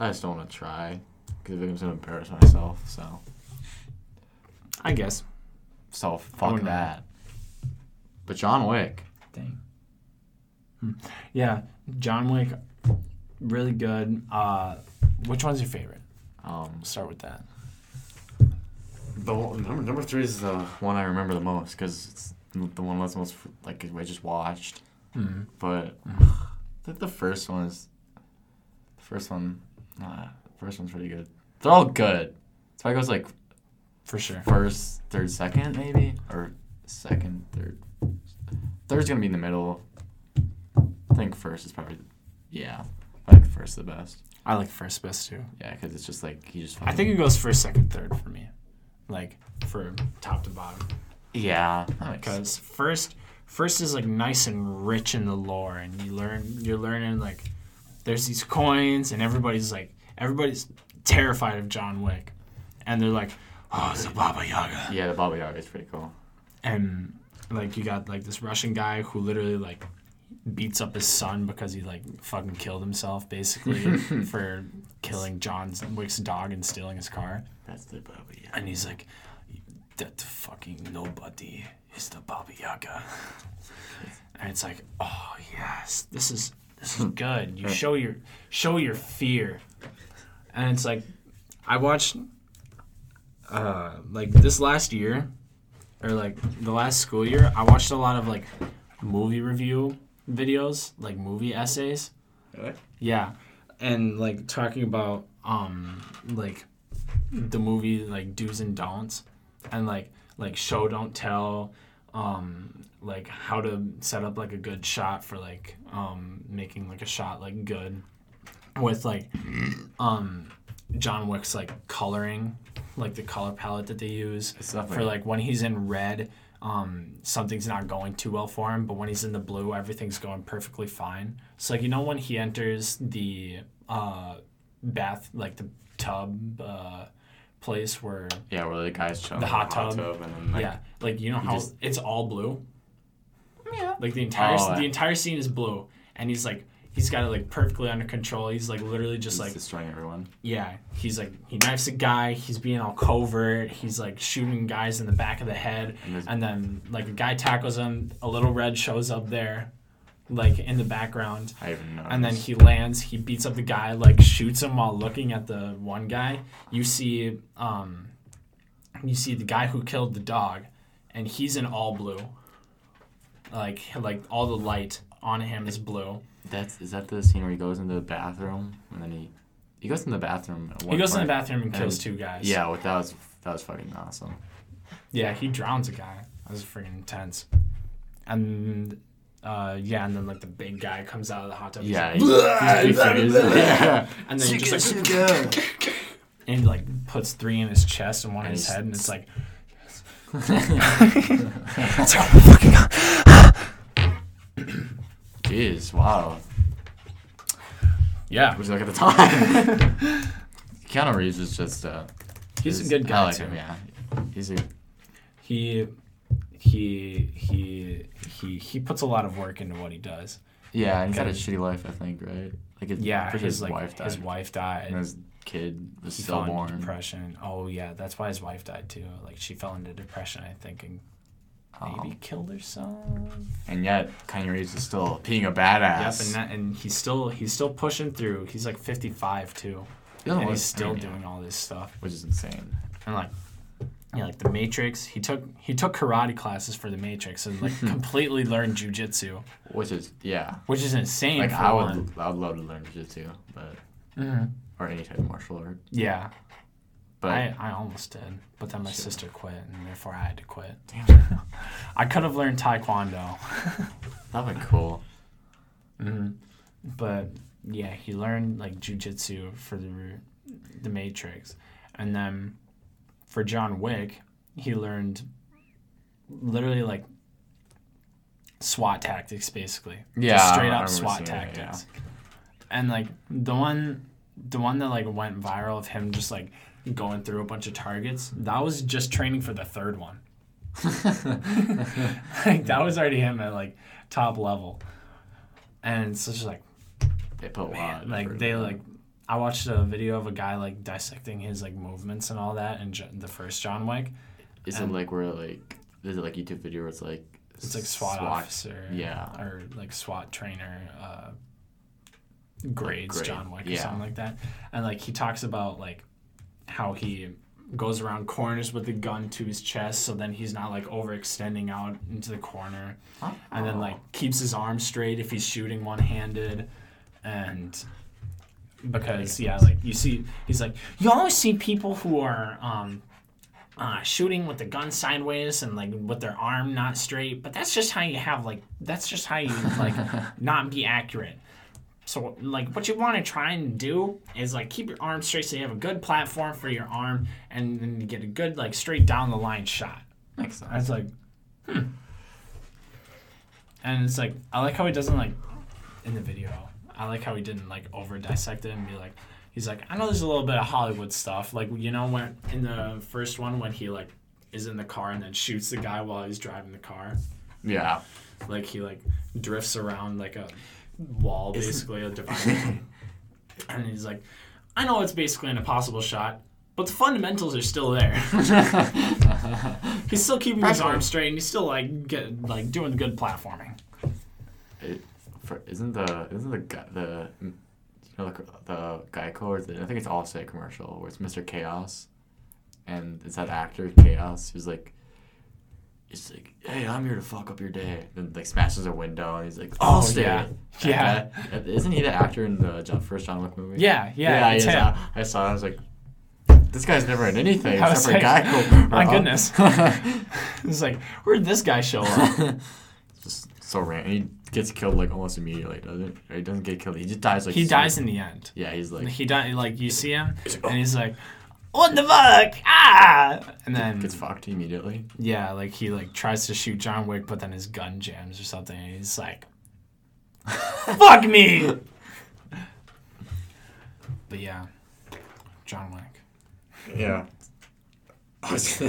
I just don't want to try because I'm gonna embarrass myself. So,
I guess.
so
Oh,
fuck
no.
that. But John Wick.
Dang. Hmm. Yeah, John Wick, really good. Uh, which one's your favorite?
Um,
We'll start with that.
the one- number number three is uh, the one I remember the most because it's the one that's most like I just watched.
Mhm.
But I think the first one is the first one. Uh, first one's pretty good. They're all good. So I goes like
For sure.
first, third, second, maybe, or second, third. Third's gonna be in the middle. I think first is probably, yeah, I like first the best.
I like first best too.
Yeah, because it's just like he just.
I think it goes first, second, third for me. Like for top to bottom.
Yeah. that makes sense.
Because first first is like nice and rich in the lore and you learn you're learning like there's these coins and everybody's like everybody's terrified of John Wick. And they're like, Oh, it's a Baba Yaga.
Yeah, the Baba Yaga is pretty cool.
and like you got like this Russian guy who literally like beats up his son because he like fucking killed himself basically for killing John Wick's dog and stealing his car.
That's the Baba Yaga.
And he's like, that fucking nobody is the Baba Yaga. And it's like, oh yes, this is this is good. You show your show your fear. And it's like, I watched, uh, like this last year, or like the last school year, I watched a lot of like movie review videos, like movie essays.
Really?
Yeah, and like talking about um like the movie like do's and don'ts, and like like show don't tell, um like how to set up like a good shot for like um making like a shot like good with like um John Wick's like coloring, like the color palette that they use
It's definitely.
for like when he's in red um, something's not going too well for him but when he's in the blue everything's going perfectly fine so like you know when he enters the uh, bath like the tub uh, place where
yeah, where the guy's chilling.
The
in
hot tub.
and then, like,
yeah like you know how
just-
it's all blue yeah like the entire
Oh,
the
I-
entire scene is blue and he's like he's got it like perfectly under control he's like literally just
He's
like
destroying everyone.
yeah, he's like he knifes a guy. He's being all covert. He's like shooting guys in the back of the head,
And there's-
and then like a guy tackles him. A little red shows up there, like in the background,
I even know.
and then he lands. He beats up the guy, like shoots him while looking at the one guy. You see, um, you see the guy who killed the dog, and he's in all blue. Like like all the light on him is blue.
That's is that the scene where he goes into the bathroom and then he he goes in the bathroom. At
He
one
goes in the
point.
bathroom and
And-
kills two guys.
Yeah, well, that was that was fucking awesome.
Yeah, he drowns a guy. That was freaking intense. And uh, yeah, and then like the big guy comes out of the hot tub. he's
Yeah.
like,
he- he's big fingers. yeah.
and then he just like and he, like puts three in his chest and one in
And
his
he's-
head, and it's like
Jeez, wow.
yeah,
Would you look at the time? Keanu Reeves is just uh,
he's a
is-
good
I
guy
like
too.
him, yeah. He's a
He he he he he puts a lot of work into what he does,
Yeah, and he's had a
Gotta-
shitty life, I think, right? Like his, I
Yeah,
think
his,
his,
like
wife died.
his wife died.
and his kid was
he fell into
stillborn.
depression. Oh yeah, that's why his wife died too. Like she fell into depression, I think, and maybe
Um,
killed herself.
and yet, Kanye Reeves is still being a badass.
Yep, and that, and he's still he's still pushing through. He's like 55 too,
He doesn't
and
look-
he's still
yeah,
doing all this stuff.
which is insane.
And like, yeah, like the Matrix. He took he took karate classes for the Matrix and like completely learned jujitsu,
Which is yeah.
which is insane.
Like
for
I would,
one.
I would love to learn jiu-jitsu, but
Mhm.
or any type of martial art.
Yeah,
But
I, I almost did, but then my
Shit.
sister quit, and therefore I had to quit. I could have learned taekwondo.
that would be cool.
but yeah, he learned like jujitsu for the the Matrix, and then for John Wick, he learned literally like SWAT tactics, basically. Just
Yeah, I
straight up
remember seeing
SWAT
it, yeah.
tactics. And like the one, the one that like went viral of him just like going through a bunch of targets. That was just training for the third one. like that was already him at like top level, and so it's just like
They put a lot.
man,
of effort
like they
into it.
like I watched a video of a guy like dissecting his like movements and all that in J- the first John Wick.
Is it
and-
like where like is it like YouTube video where it's like
um, It's like SWAT, officer,
Yeah.
uh, or like SWAT trainer uh, grades
grade,
John Wick or
yeah.
something like that, and like he talks about like how he goes around corners with the gun to his chest, so then he's not like overextending out into the corner, and then like keeps his arm straight if he's shooting one handed, and because yeah, like you see, he's like you always see people who are um, uh, shooting with the gun sideways and like with their arm not straight. But that's just how you have like that's just how you like not be accurate. So like what you want to try and do is like keep your arm straight so you have a good platform for your arm and then you get a good like straight down the line shot.
makes sense.
I was like, hmm. And it's like I like how he doesn't like in the video. I like how he didn't like over dissect it and be like, he's like, I know there's a little bit of Hollywood stuff. Like you know when in the first one when he like is in the car and then shoots the guy while he's driving the car.
Yeah.
Like he like drifts around like a wall basically a divider. and he's like, I know it's basically an impossible shot, but the fundamentals are still there. He's still keeping his arm straight, and he's still like get, like doing good platforming.
It, for, isn't the isn't the guy the you know the, the Geico or the, I think it's Allstate commercial where it's Mr. Chaos, and it's that actor Chaos who's like, he's like, hey, I'm here to fuck up your day. Then like smashes a window and he's like, Allstate.
Oh, yeah.
That
Yeah.
guy. isn't he the actor in the John, first John Wick movie?
Yeah, yeah,
he
it's
is.
him.
I, I saw. it, I was like, this guy's never in anything except
I was
for
like,
Geico.
my goodness. It's like, where did this guy show up?
just so random. He gets killed like almost immediately. Doesn't or he doesn't get killed. He just dies like
He
so-
dies in the end.
Yeah, he's like
He died. Like you see him, and he's like, "Oh." "What the fuck? Ah!" And then
gets fucked immediately.
yeah, like he like tries to shoot John Wick, but then his gun jams or something, and he's like, "Fuck me!" But yeah, John Wick.
Yeah. That's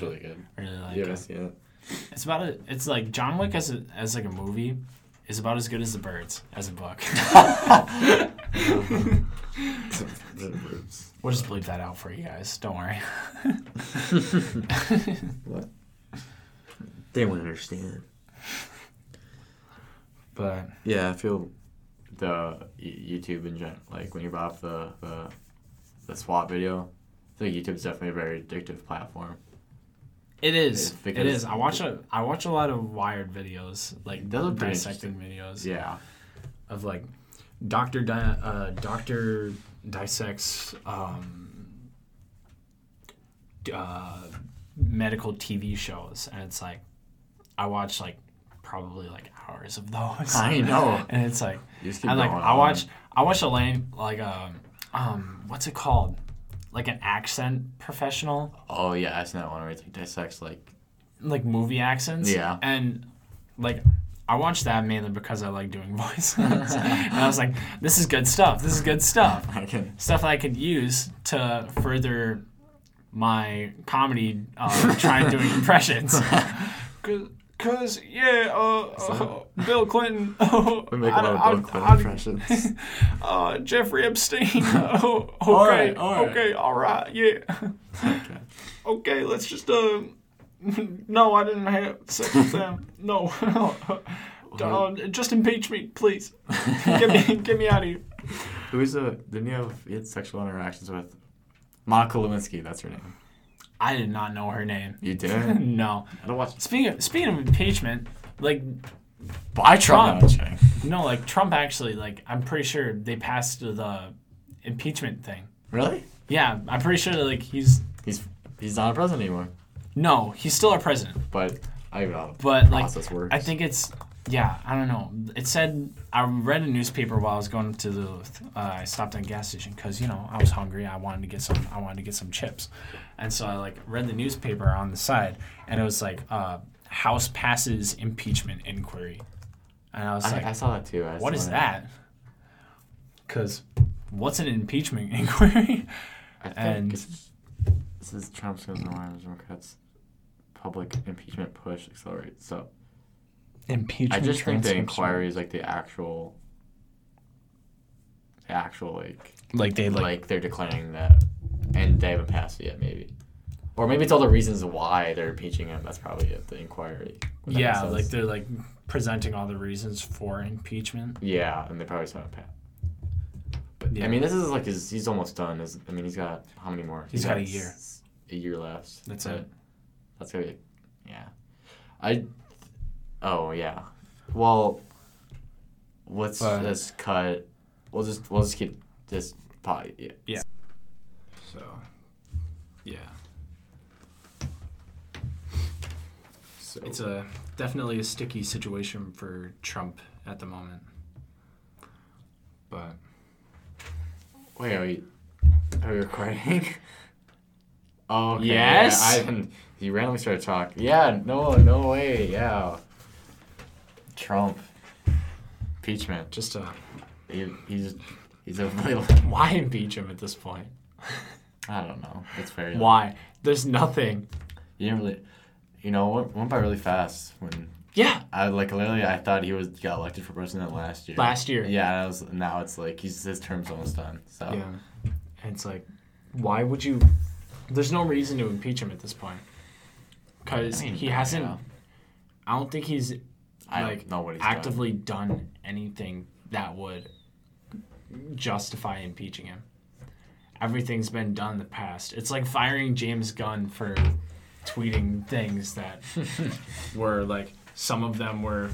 really good.
I Really like
You
it.
haven't seen it.
It's about a, it's like John Wick as a, as like a movie is about as good as the birds as a book. we'll just bleep that out for you guys. Don't worry.
They won't understand.
But
Yeah, I feel the y- YouTube in general, like when you brought up the the, the SWAT video, I think YouTube's definitely a very addictive platform.
it
It's
is. It
because-
is. I watch a I watch a lot of Wired videos, like
Those are pretty
dissecting videos
Yeah.
of like Doctor Di- uh, Doctor dissects um, d- uh, medical TV shows, and it's like I watch like probably like hours of those.
I know.
and it's like
You just keep
I like
going
I
on.
watch I watch a lane like um um what's it called like an accent professional
Oh yeah, I've seen that one where it's like dissects like
like movie accents
Yeah.
and like I watched that mainly because I like doing voices and I was like this is good stuff this is good stuff
I can
stuff I could use to further my comedy uh, trying doing impressions. Because
Cause yeah, uh, uh, Bill Clinton. Oh,
We make a
I-
lot of
I-
Bill Clinton
I-
impressions.
Uh, Jeffrey Epstein. oh, okay,
right, all right.
okay, all right, yeah.
Okay.
Okay, let's just uh, no, I didn't have sex with them. No, uh, just impeach me, please. get me, get me out of here.
Who is a? uh, Didn't you have you had sexual interactions with? Monica Lewinsky. That's her name.
I did not know her name.
You did.
No.
I don't watch.
Speaking of, speaking of impeachment, like
By Trump.
Trump. no, like Trump actually, like I'm pretty sure they passed the impeachment thing.
Really?
Yeah, I'm pretty sure that, like he's
He's he's not a president anymore.
no, he's still our president.
But I don't know.
But like
process works.
I think it's yeah, I don't know. It said I read a newspaper while I was going to the uh, I stopped at a gas station because you know I was hungry. I wanted to get some. I wanted to get some chips, and so I like read the newspaper on the side, and it was like uh, House passes impeachment inquiry, and I was like,
I, I saw that too. I
what
saw
is that? Because what's an impeachment inquiry?
I think
And-
it's- this is Trump's goes alarm Democrats public impeachment push accelerates. So I
Impeachment.
just think the
transcripts.
inquiry is like the actual, the actual like
Like they
like,
like.
they're declaring that, and they haven't passed it yet maybe, or maybe it's all the reasons why they're impeaching him. That's probably it. The inquiry. Would that make
yeah,
sense?
like they're like presenting all the reasons for impeachment.
yeah, and they probably still haven't passed. But
Yeah.
I mean, this is like his, he's almost done. Is I mean, he's got how many more?
He's got a year.
s- A year left.
That's
But
it.
That's gonna be, yeah. I, oh yeah. Well, let's
But-
just cut. We'll just we'll just keep this pot. Yeah.
So, yeah.
So,
It's a definitely a sticky situation for Trump at the moment. But
wait, are we, are we recording? oh okay,
Yes.
Yeah, I haven't- he randomly started talking. Yeah. No. No way. Yeah. Trump. Impeachment.
just uh,
He, he's he's a really,
why impeach him at this point?
I don't know. It's very
Why? There's nothing.
You didn't really, you know, it went by really fast when
Yeah.
I like literally I thought he was got elected for president last year.
Last year.
Yeah, and I was, now it's like he's his term's almost done. So
Yeah. And it's like, why would you? There's no reason to impeach him at this point. Because
I mean,
he hasn't.
yeah.
I don't think he's
I
like
don't know what he's actively.
actively done. anything that would justify impeaching him. Everything's been done in the past. It's like firing James Gunn for tweeting things that were like some of them were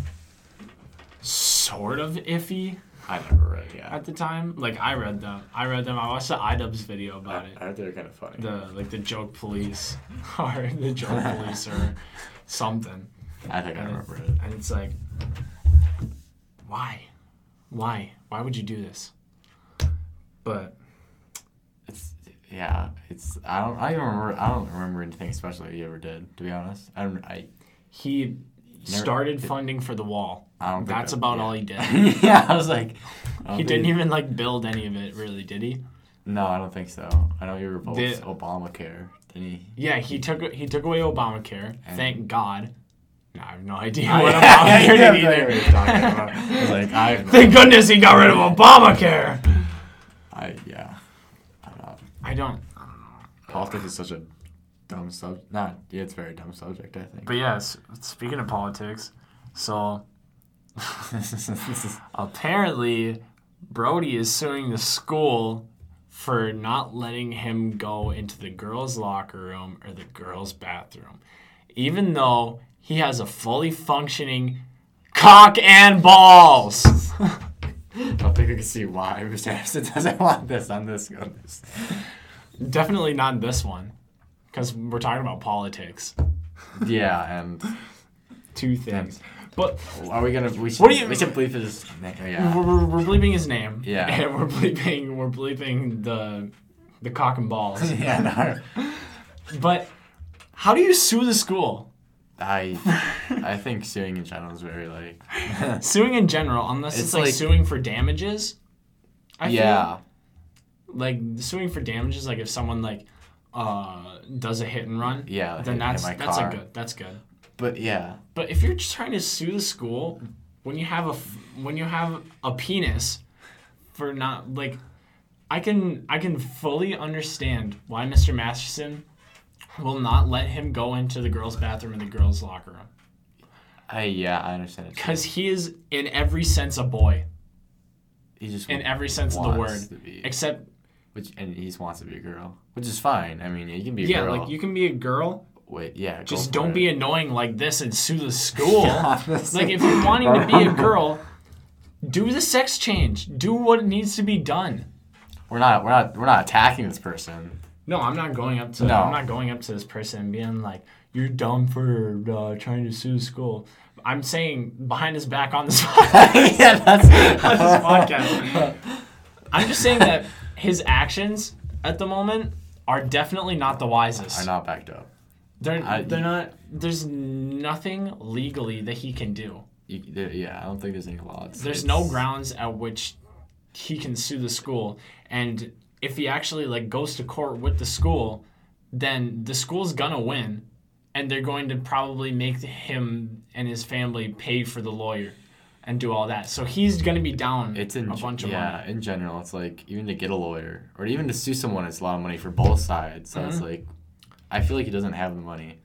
sort of iffy
I never read. Yeah,
at the time. Like I read them. I read them. I watched the iDubbbz video about it.
I heard they're kind of funny.
The like the joke police or the joke police or something.
I think I
And
remember
it-
it.
And it's like, why? Why? Why would you do this? But
It's yeah. It's I don't I don't remember I don't remember anything special that he ever did. To be honest, I don't I
he started funding for the wall.
I don't. think
That's
that-
about
yeah.
all he did.
yeah, I was like, I don't
He
think
didn't even like build any of it, really, did he?
No, I don't think so. I know you were both
The-
Obamacare. Didn't he?
Yeah, he took he took away Obamacare.
And-
Thank God. I have no idea what Obamacare
Yeah,
did
I know
either.
what you're talking about. I was like, I, have no-
Thank goodness he got rid of Obamacare.
I yeah. I don't know.
I don't.
Politics is such a dumb subject. Nah, yeah, it's a very dumb subject. I think.
But yes, speaking of politics, so apparently Brody is suing the school for not letting him go into the girls' locker room or the girls' bathroom, even though he has a fully functioning cock and balls.
I don't think we can see why Mr. Anderson doesn't want this on this. On this.
Definitely not this one, because we're talking about politics.
Yeah, and
Two things. But
are we gonna? We should,
What do you-
we should believe his name. Yeah.
we're, we're, we're bleeping his name.
Yeah.
And we're bleeping we're bleeping the the cock and balls.
yeah. No,
But how do you sue the school?
I I think suing in general is very like.
Suing in general, unless it's,
It's
like,
like-
suing for damages. I
yeah.
Feel, like suing for damages, like if someone like uh does a hit and run.
Yeah,
Then
hit- hit
that's
my
that's a
car.
good that's good.
But yeah,
But if you're just trying to sue the school when you have a f- when you have a penis for not like I can I can fully understand why Mr. Masterson will not let him go into the girls' bathroom in the girls' locker room
I yeah I understand it.
cuz he is in every sense a boy
He just
in every sense of the
wants
word
to be-
except
which and he just wants to be a girl, which is fine. I mean, you can be a
yeah
girl.
like you can be a girl
Wait, yeah.
just don't be annoying like this and sue the school. like if you're wanting to be a girl, do the sex change. Do what needs to be done.
We're not. We're not. We're not attacking this person.
No, I'm not going up to
No.
I'm not going up to this person and being like, "You're dumb for uh, trying to sue the school." I'm saying behind his back on this podcast.
yeah,
on
that's.
this podcast. I'm just saying that his actions at the moment are definitely not the wisest.
Are not backed up.
They're
I-
they're not. There's nothing legally that he can do.
You, there, yeah, I don't think there's any law. It's- it's-
there's no grounds at which he can sue the school and if he actually like goes to court with the school then the school's gonna win and they're going to probably make him and his family pay for the lawyer and do all that so he's gonna be down
It's in
a bunch of
yeah.
money
In general, it's like even to get a lawyer or even to sue someone, it's a lot of money for both sides. So
Mm-hmm.
it's like, I feel like he doesn't have the money.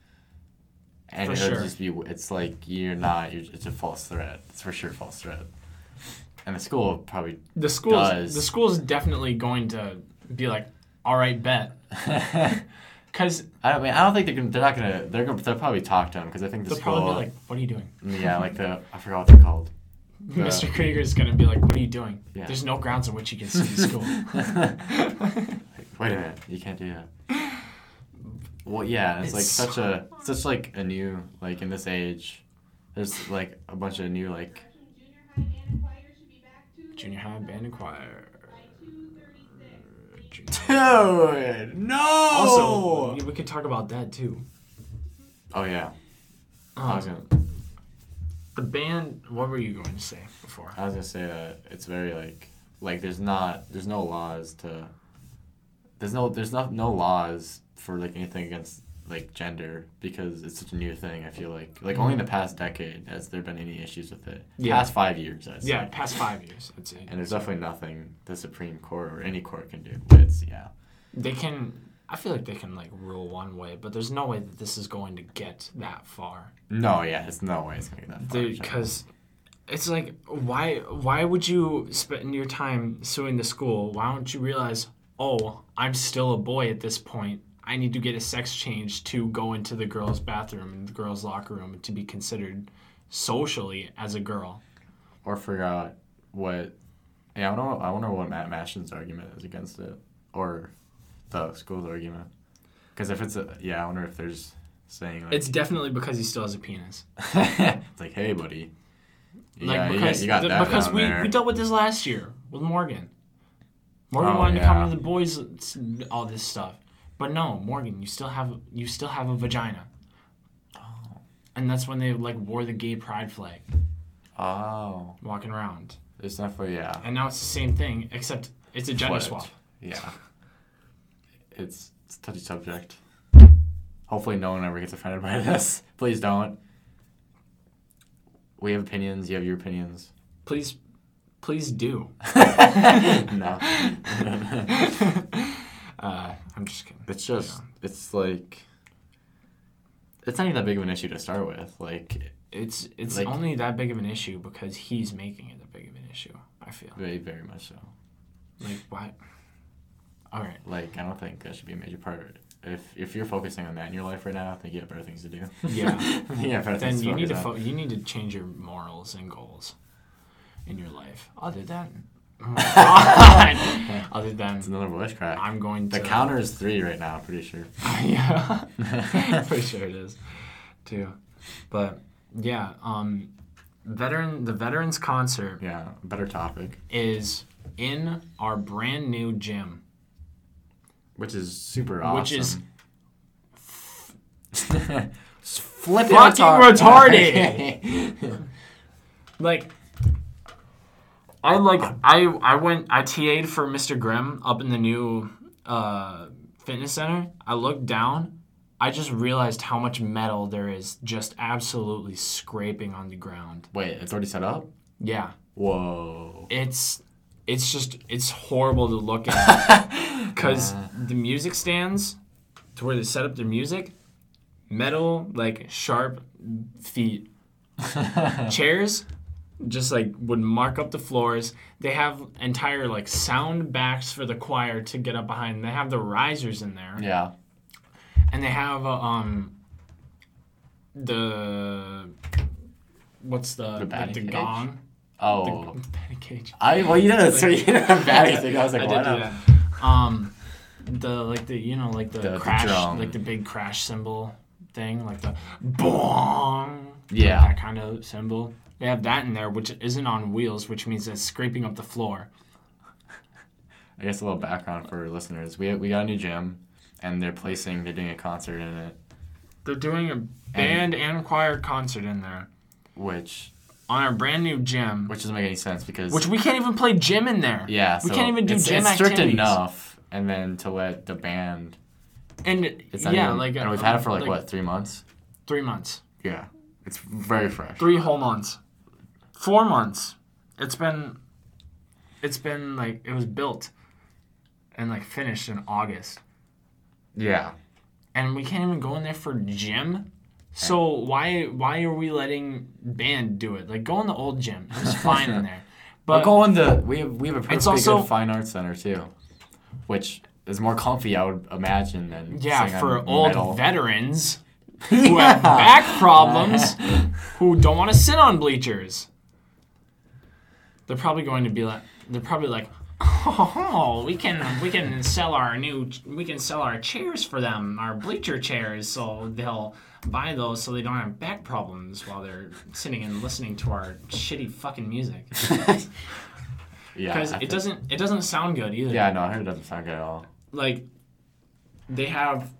And
For
it would
sure.
just be. It's like you're not. You're, it's a false threat. It's for sure false threat. And the school probably
the school's
does.
the school's definitely going to be like all right bet because
I don't mean I don't think they're gonna, they're not gonna they're gonna they'll probably talk to him because I think the
they'll
school
probably be like what are you doing
yeah like the I forgot what they're called
mr krieger's gonna be like what are you doing
Yeah.
there's no grounds on which you can sue the school
wait a minute you can't do that well yeah it's, like
It's
such a such like a new like in this age there's like a bunch of new like
Junior High Band and Choir.
dude no
Also, we could talk about that too.
oh yeah Oh, I was gonna
The band. What were you going to say before?
I was gonna say that it's very like like there's not there's no laws to there's no there's not no laws for like anything against like gender because it's such a new thing. I feel like like only in the past decade has there been any issues with it.
Yeah.
Past five years, I'd say.
Yeah, past five years. I'd say
And there's definitely nothing the Supreme Court or any court can do. But it's yeah.
they can. I feel like they can like rule one way, but there's no way that this is going to get that far.
No, yeah, it's no way it's gonna get that far.
Dude, because it's like, why? Why would you spend your time suing the school? Why don't you realize? Oh, I'm still a boy at this point. I need to get a sex change to go into the girls' bathroom and the girls' locker room to be considered socially as a girl.
or forgot what yeah, I don't know I wonder what Matt Mashin's argument is against it. Or the school's argument. Because if it's a yeah, I wonder if there's saying like
It's definitely because he still has a penis.
it's like, hey buddy. You
Like
got- you got-
because
you got
the-
that
because
down
we,
there.
we dealt with this last year with Morgan. Morgan
Oh,
wanted to
yeah.
come to the boys, s- all this stuff, but no, Morgan, you still have you still have a vagina. And that's when they like wore the gay pride flag
Oh.
walking around,
There's definitely yeah.
and now it's the same thing except it's a gender
Flipped.
swap.
Yeah. It's it's a touchy subject. Hopefully no one ever gets offended by this. Please don't. We have opinions, you have your opinions.
Please, please do.
no.
Uh, I'm just kidding.
It's just it's like it's not even that big of an issue to start with. Like
It's it's
Like-
only that big of an issue because he's making it that big of an issue. I feel
very very much so.
like why? All right.
Like I don't think that should be a major part. If if you're focusing on that in your life right now, I think you have better things to do.
Yeah.
yeah, better
then
things
you need to
focus on.
fo- you need to change your morals and goals in your life. Other than, other
It's
than,
another voice crack.
I'm going to
the counter is three right now. I'm pretty sure.
yeah, I'm pretty sure it is, too. But yeah, um, veteran the veterans concert
Yeah, better topic,
is in our brand new gym.
which is super awesome.
Which is
flipping
fucking like I like I I went I TA'd for Mr. Grimm up in the new uh, fitness center. I looked down I just realized how much metal there is just absolutely scraping on the ground.
Wait, it's already set up.
Yeah,
Whoa.
it's it's just it's horrible to look at because the music stands to where they set up their music, metal like sharp feet, chairs just like would mark up the floors. They have entire like sound backs for the choir to get up behind. They have the risers in there
Yeah.
and they have uh, um the what's the
The
the,
batting
the
cage?
gong the
Oh.
batting cage.
I well, you didn't. So you didn't have bad thing. I was like,
I
why
did do
not?
that. Um, the like the you know like the,
The- the
crash
drum.
like the big crash symbol thing like the boom
Yeah.
that kind of symbol. They have that in there, which isn't on wheels, which means it's scraping up the floor.
I guess a little background for listeners. We we got a new gym, and they're placing. They're doing a concert in it,
They're doing a band and choir concert in there
which
on our brand new gym,
which doesn't make any sense because
which we can't even play gym in there.
yeah,
we
so
can't even do
it's,
gym
it's strict
activities.
enough, and then to let the band.
And
It's not
yeah,
even-
like
and we've
uh,
had it for like,
like
what three months.
three months,
Yeah, it's very fresh.
three whole months, four months. It's been, it's been like it was built, and like finished in August,
Yeah,
and we can't even go in there for gym. So why why are we letting band do it? Like go in the old gym, it's fine in there.
we're
But
going to we have we have a
It's
perfectly
also-
good fine arts center too, which is more comfy I would imagine than sitting
yeah,
on
for old
metal.
veterans who have back problems, who don't want to sit on bleachers. They're probably going to be like, they're probably like, oh, we can we can sell our new we can sell our chairs for them, our bleacher chairs, so they'll buy those so they don't have back problems while they're sitting and listening to our shitty fucking music.
yeah,
Because
I
it
think-
doesn't it doesn't sound good either
Yeah, no, I heard it doesn't sound good at all.
like they have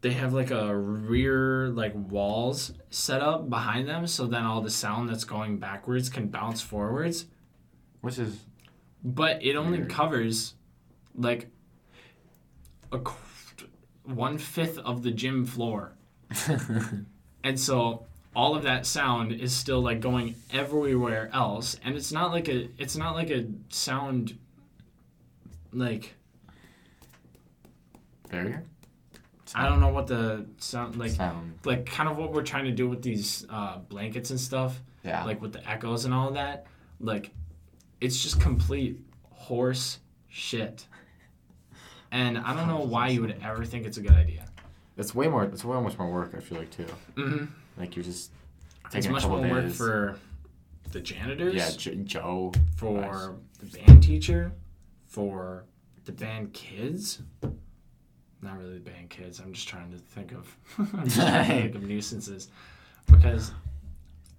they have like a rear like walls set up behind them so then all the sound that's going backwards can bounce forwards
Which is
but it only
Weird.
covers like a one fifth of the gym floor and so all of that sound is still like going everywhere else and it's not like a it's not like a sound like
barrier
I don't know what the sound like
sound.
like kind of what we're trying to do with these uh, blankets and stuff,
Yeah,
like with the echoes and all that. Like, it's just complete horse shit. And I don't know why you would ever think it's a good idea.
it's way more. It's way much more work. I feel like too.
Mm-hmm.
Like you're just taking
It's
a
much
couple
more work
days.
for the janitors,
yeah, J- Joe.
for
nice.
the band teacher, for the band kids. Not really the band kids. I'm just trying to think of, I'm just trying to think of nuisances, because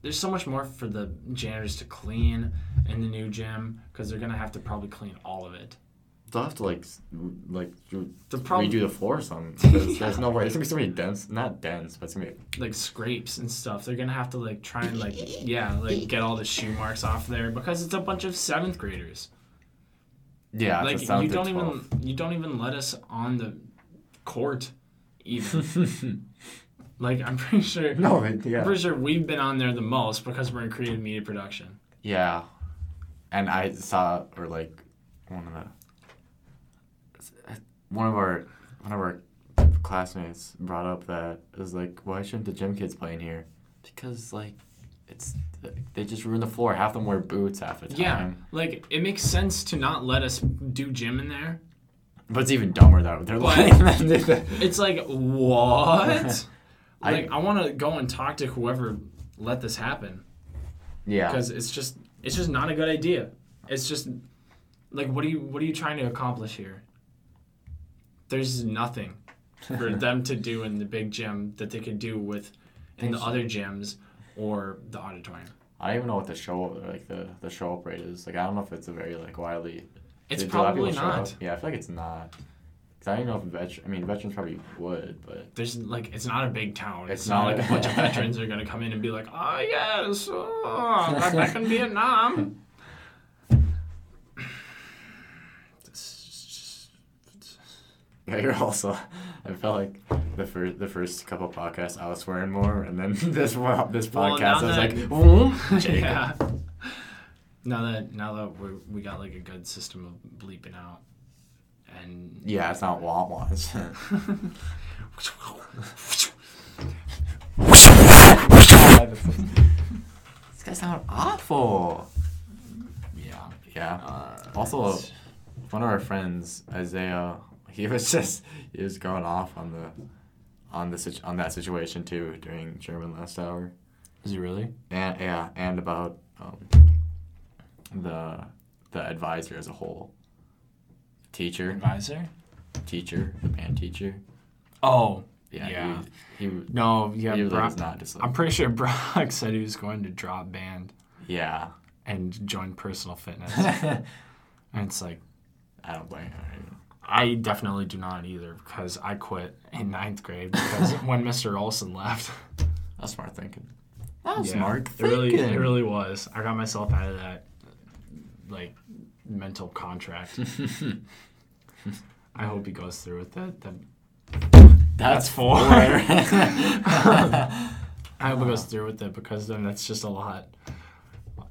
there's so much more for the janitors to clean in the new gym because they're gonna have to probably clean all of it.
They'll have to like s- like do-
The problem-
redo the floor some. There's, there's no way. There's gonna be so many dents. Not dents, but it's gonna be
Like scrapes and stuff. They're gonna have to like try and like yeah like get all the shoe marks off there because it's a bunch of seventh graders.
yeah.
like
it's a sound
you don't
to
even you don't even let us on the court even
12.
like i'm pretty sure
no, they- yeah.
i'm pretty sure we've been on there the most because we're in creative media production
Yeah, and I saw or like one of the one of our one of our classmates brought up that it was like, why shouldn't the gym kids play in here? Because like it's they just ruin the floor. Half them wear boots half the time.
yeah like it makes sense to not let us do gym in there
but it's even dumber though. They're
But-
letting them do that.
it's like what
I-
like i want to go and talk to whoever let this happen
Yeah,
because it's just it's just not a good idea. It's just like what are you what are you trying to accomplish here? There's nothing for them to do in the big gym that they could do with in the other gyms or the auditorium.
I don't even know what the show like the the show up rate is. Like I don't know if it's a very like widely.
It's
do a lot of
probably
people show
not.
up? Yeah, I feel like it's not. 'Cause I don't even know if veteran. I mean, veterans probably would, but
There's like it's not a big town.
It's
It's, not
not.
like a bunch of veterans are gonna come in and be like, oh yes, oh, I'm back in Vietnam. This is just-
Yeah, you're also. I felt like the first the first couple podcasts I was swearing more, and then this one this
Well,
podcast
now
I was
that-
like,
"Oh,
"Vroom, Jacob.
yeah. Now that now that we we got like a good system of bleeping out, and
yeah, it's not Wawa's. These guys sound awful.
yeah,
Yeah. Uh, also, one of our friends, Isaiah, he was just he was going off on the on the situ- on that situation too during German last hour,
is he really?
and yeah, and about um, the the advisor as a whole, teacher,
Advisor?
teacher, the band teacher.
Oh
Yeah.
Yeah.
He, he,
no, yeah,
he was like,
Brock.
"It's not just like
I'm pretty sure Brock said he was going to drop band
yeah.
and join personal fitness,
I
and it's like.
don't blame him.
I definitely do not either because I quit in ninth grade because when Mr. Olson left,
That's smart thinking.
that was smart. It really, it really was. I got myself out of that like mental contract. I hope he goes through with that. that That's four. I hope he goes through with it because then that's just a lot.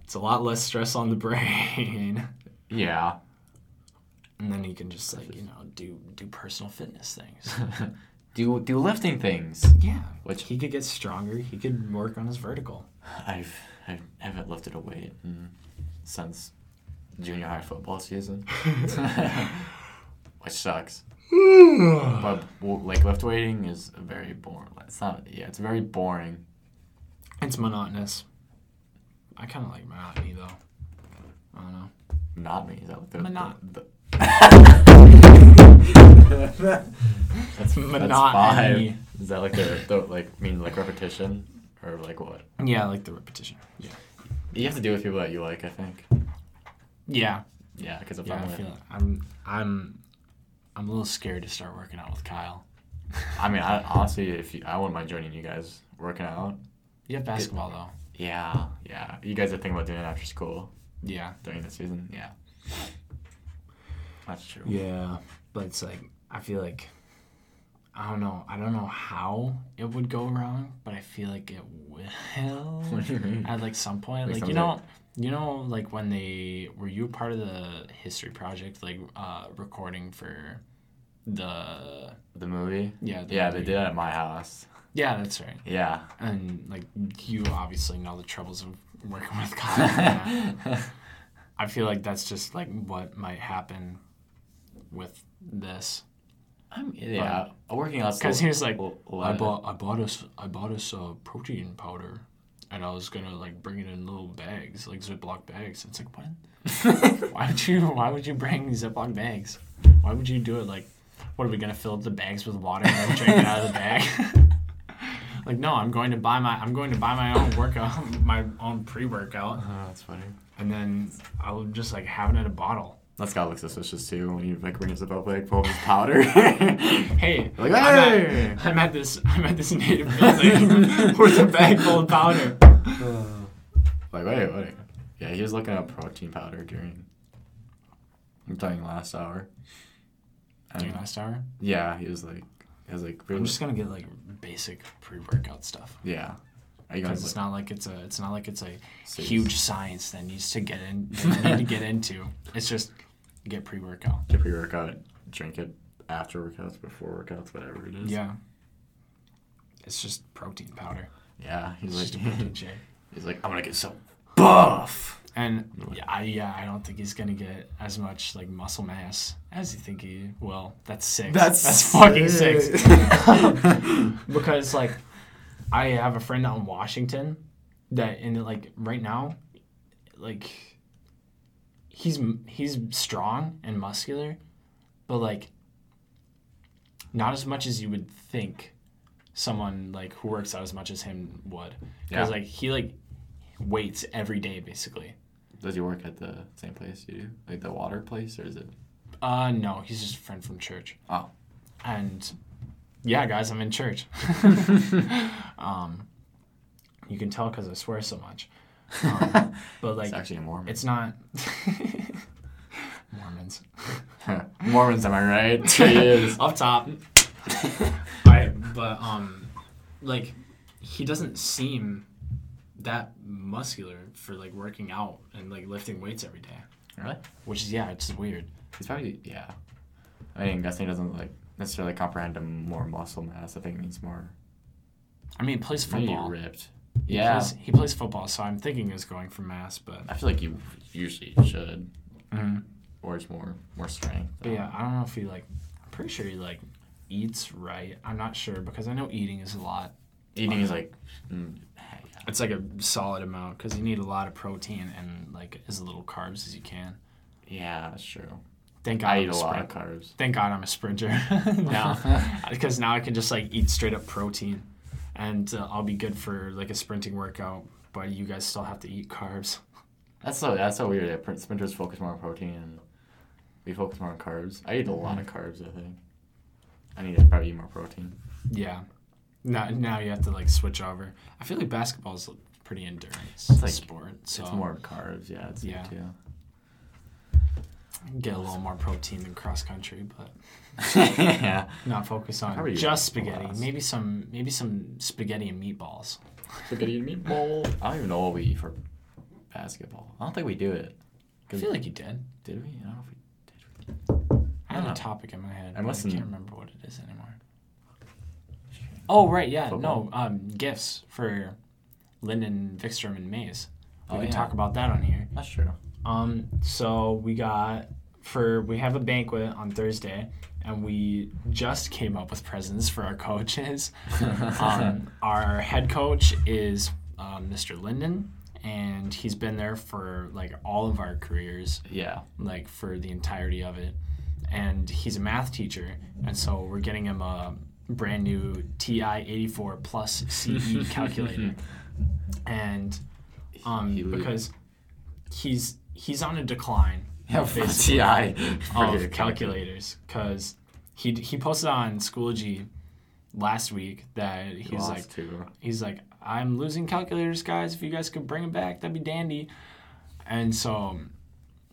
It's a lot less stress on the brain,
yeah.
and then he can just like you know do do personal fitness things.
Do do lifting things.
Yeah,
Which-
he could get stronger. He could work on his vertical.
I've I haven't lifted a weight in, since junior high football season, which sucks. but well, like lift weighting is a very boring. It's not. Yeah, it's very boring.
It's monotonous. I kind of like monotony though. I don't know.
Not me. Is that what the,
Monot-
the-
That's
that's five. Is that like the, the like mean like repetition or like what?
Yeah, I like the repetition. Yeah.
You have to do with people that you like. I think.
Yeah.
Yeah, because if
Yeah.
I'm
I
with,
feel it. I'm. I'm. I'm a little scared to start working out with Kyle.
I mean, I honestly, if you, I wouldn't mind joining you guys working out.
You have basketball though.
Yeah, yeah. You guys are thinking about doing it after school.
Yeah.
during the season. Yeah, that's true.
Yeah, but it's like I feel like I don't know. I don't know how it would go wrong, but I feel like it will.
What do you mean?
At like some point,
Like
like, you
something-
know, you know, like when they were you a part of the history project, like uh recording for the
The movie.
yeah the
Yeah, they
movie?
did it at my house.
yeah that's right.
Yeah.
And like you obviously know the troubles of working with Kyle. and that. I feel like that's just like what might happen with this.
I'm, yeah, working out.
Because he was like,
Well,
I
well,
bought I bought us I bought us uh, protein powder, and I was gonna like bring it in little bags, like Ziploc bags. It's like what?
Oh,
why would you Why would you bring Ziploc bags? Why would you do it? Like, what are we gonna fill up the bags with water and then drink it out of the bag? like, no, I'm going to buy my I'm going to buy my own workout, my own pre workout,
Oh, that's funny.
and then I'll just like have it in a bottle.
That's gotta look suspicious too when you like brings up like full of powder.
Hey,
Like,
I'm, at, I'm at this I'm at this native building with a bag full of powder.
like wait, wait. Yeah, he was looking up protein powder during. I'm talking last hour. And-
During last hour.
yeah, he was like, he was like,
I'm just gonna get like basic pre-workout stuff
yeah. Are you
because
guys
it's
like,
not like it's a it's not like it's a
serious?
huge science that needs to get in that you need to get into. It's just get pre-workout.
get pre workout, drink it after workouts, before workouts, whatever it is.
Yeah, it's just protein powder.
Yeah, he's
It's just a
like,
protein shake.
he's like, I'm gonna get so buff.
And yeah, I, yeah, I don't think he's gonna get as much like muscle mass as you think he will. That's six. that's fucking six. because like I have a friend out in Washington that and like right now, like he's he's strong and muscular, but like not as much as you would think someone like who works out as much as him would.
Yeah.
Because like he like weights every day basically.
Does he work at the same place you do, like the water place, or is it?
Uh no, he's just a friend from church.
Oh,
and yeah, guys, I'm in church. um, you can tell because I swear so much. Um, but like,
it's actually a Mormon.
it's not Mormons
Mormons, am I right? he is.
up top. I but um, like he doesn't seem that muscular for like working out and like lifting weights every day,
Really?
which is yeah, it's weird.
He's probably yeah. I mean, guessing he doesn't like necessarily comprehend a more muscle mass. I think it means more
I mean, he plays
maybe
football.
ripped.
He
Yeah,
plays, he plays football, so I'm thinking he's going for mass, but,
I feel like you usually should, or it's more more strength.
but Mm-hmm. yeah, I don't know if he like. I'm pretty sure he like eats right. I'm not sure because I know eating is a lot.
eating is like. Mm, heck, yeah.
It's like a solid amount because you need a lot of protein and like as little carbs as you can.
yeah, that's true.
Thank God
I
I'm
eat a
sprint-
lot of carbs.
Thank God I'm a sprinter now, because now I can just like eat straight up protein, and uh, I'll be good for like a sprinting workout. But you guys still have to eat carbs.
That's so that's so weird. that print- Sprinters focus more on protein, and we focus more on carbs. I eat a
Mm-hmm.
lot of carbs. I think I need to probably eat more protein.
Yeah. Now, now you have to like switch over. I feel like basketball is pretty endurance
like-
sport, so
It's more carbs. Yeah, it's yeah.
Oh. Yeah.
too.
get a little more protein than cross country, but
yeah,
not focus
How are
on
you?
just spaghetti.
Alas.
Maybe some maybe some spaghetti and meatballs.
spaghetti and meatball. I don't even know what we eat for basketball. I don't think we do it.
I feel like you did.
Did we? I don't know if we did. We?
I had
Yeah.
a topic in my head.
Ah. I
but I
mustn't-
can't remember what it is anymore. Oh right, yeah,
Football?
no um, gifts for Linden, Vikstrom, and Mays. We
Oh,
can
yeah.
talk about that on here.
That's true.
Um, so we got for we have a banquet on Thursday, and we just came up with presents for our coaches. um, our head coach is um, Mr. Linden, and he's been there for like all of our careers
Yeah.
like for the entirety of it. And he's a math teacher, and so we're getting him a brand new TI 84 plus CE calculator. And um,
He would-
because he's he's on a decline
Yeah,
basically,
TI.
of calculators, because he he posted on Schoology last week that he's
He's
like
like two.
he's like, I'm losing calculators, guys. If you guys could bring them back, that'd be dandy. And so,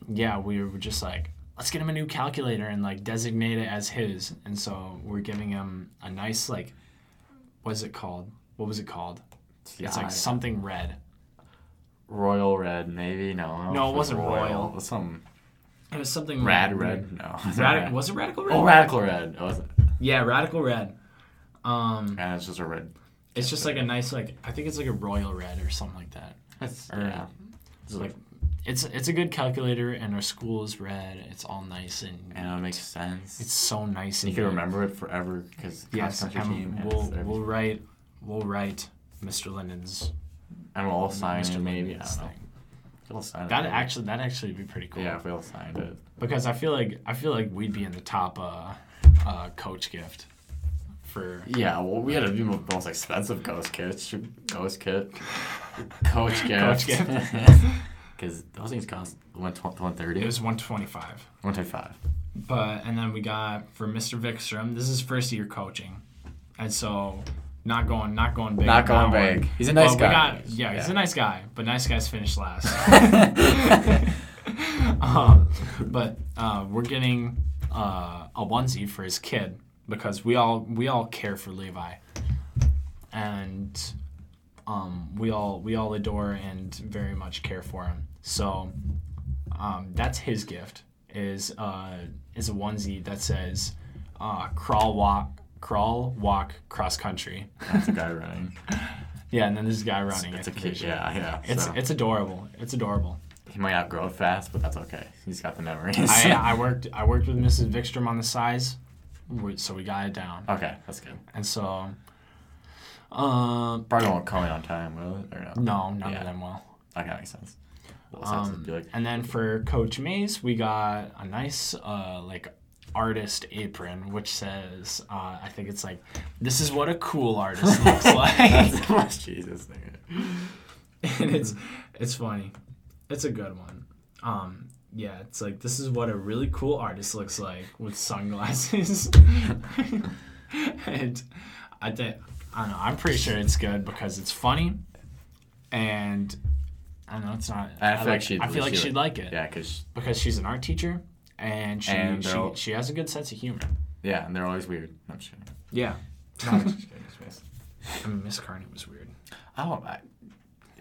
yeah, we were just like, let's get him a new calculator and like designate it as his. And so we're giving him a nice like, what is it called? What was it called? It's like something red.
royal red, maybe no.
No, it wasn't royal.
It was some
It was something
rad red. No.
Radic- was it radical red?
Oh, radical red. It wasn't.
Yeah, radical red. Um,
And it's just a red.
it's just like a nice like I think it's like a royal red or something like that.
That's
Or-
yeah. It's
like-
like
It's it's a good calculator, and our school is red. It's all nice and
and it makes sense.
It's so nice.
you
in
can
here.
remember it forever because
Yes,
country
and
team.
we'll
and,
we'll write we'll write Mr. Linden's
and we'll all sign it
Mr.
maybe. I
Linden's
don't know.
thing.
We'll sign
That
it.
actually that actually would be pretty cool.
Yeah, if we all signed it.
Because I feel like I feel like we'd be in the top uh, uh, coach gift for
Yeah, well, we had to be the most expensive ghost kit. Ghost kit. Coach gift.
Coach gift.
Because those things cost one tw-
it
130
was 125.
125
But and then we got for Mr. Vikstrom. This is first year coaching, and so not going not going big.
Not
on that
going
one.
big. He's a nice
But we
guy.
got- yeah, he's
Yeah.
a nice guy, but nice guys finish last. um, but uh, we're getting uh, a onesie for his kid because we all we all care for Levi, and um, we all we all adore and very much care for him. So um, that's his gift is uh, is a onesie that says uh, crawl walk crawl walk cross country.
That's a guy running.
Yeah, and then this guy running.
It's
It's,
a kid. Yeah, yeah.
it's,
so.
it's adorable. It's adorable.
he might not grow fast, but that's okay. He's got the memories.
I, I worked I worked with Mrs. Vikstrom on the size, we- so we got it down.
okay, that's good.
And so, um,
Probably won't come in on time, will it? Or no?
no, none
Yeah.
of them will.
Okay, that makes sense. Well, so it's
Um,
be like,
and then for Coach Mays, we got a nice uh, like artist apron, which says uh, I think it's like this is what a cool artist looks like.
that's Jesus. nigga.
and it's
Mm-hmm.
it's funny. It's a good one. Um, yeah, it's like this is what a really cool artist looks like with sunglasses. and I think I don't know. I'm pretty sure it's good because it's funny, and I don't know it's not.
I feel like
like,
she'd-
I feel like
she
she'd
would-
like it
Yeah, because
because she's an art teacher, and she
And uh,
she,
they'll-
she has a good sense of humor.
yeah, and they're always weird. No, I'm just kidding.
Yeah.
No, I'm just kidding, just miss.
I mean, Miss Carney was weird.
I don't. I,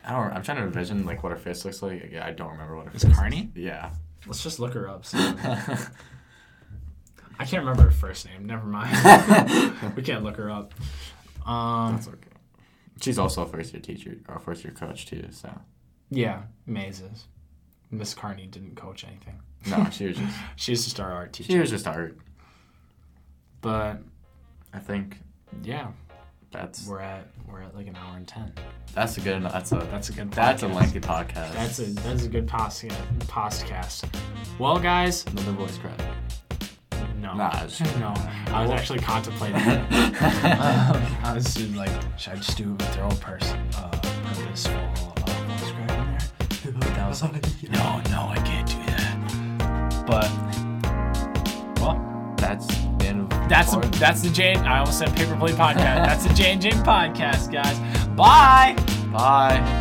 I don't. I'm trying to envision like what her face looks like. Yeah, I don't remember what her
Miss
face. looks-
Carney?
Yeah.
Let's just look her up. see. I can't remember her first name. Never mind.
That's
we can't look her up. Um,
okay. She's also a first year teacher or a first year coach too. So
yeah, mazes. Miss Carney didn't coach anything.
no, she was just
She's just our art teacher.
she was just art.
But
I think
yeah,
that's
we're at we're at like an hour and ten.
that's a good enough. That's a
That's a good.
that's a
podcast.
lengthy podcast.
That's a that's a good podcast. Podcast. Well, guys,
another voice crack.
no,
Nah, it's-
no. I was actually contemplating. it. I was just like, should I just do a thorough person, uh, purposeful uh, voice crack in there?
that was like,
No, no, I can't do that.
But
that's the end of
That's
part-
that's the Jane. I almost said paper plate podcast. That's the Jane Jane podcast, guys. Bye.
bye.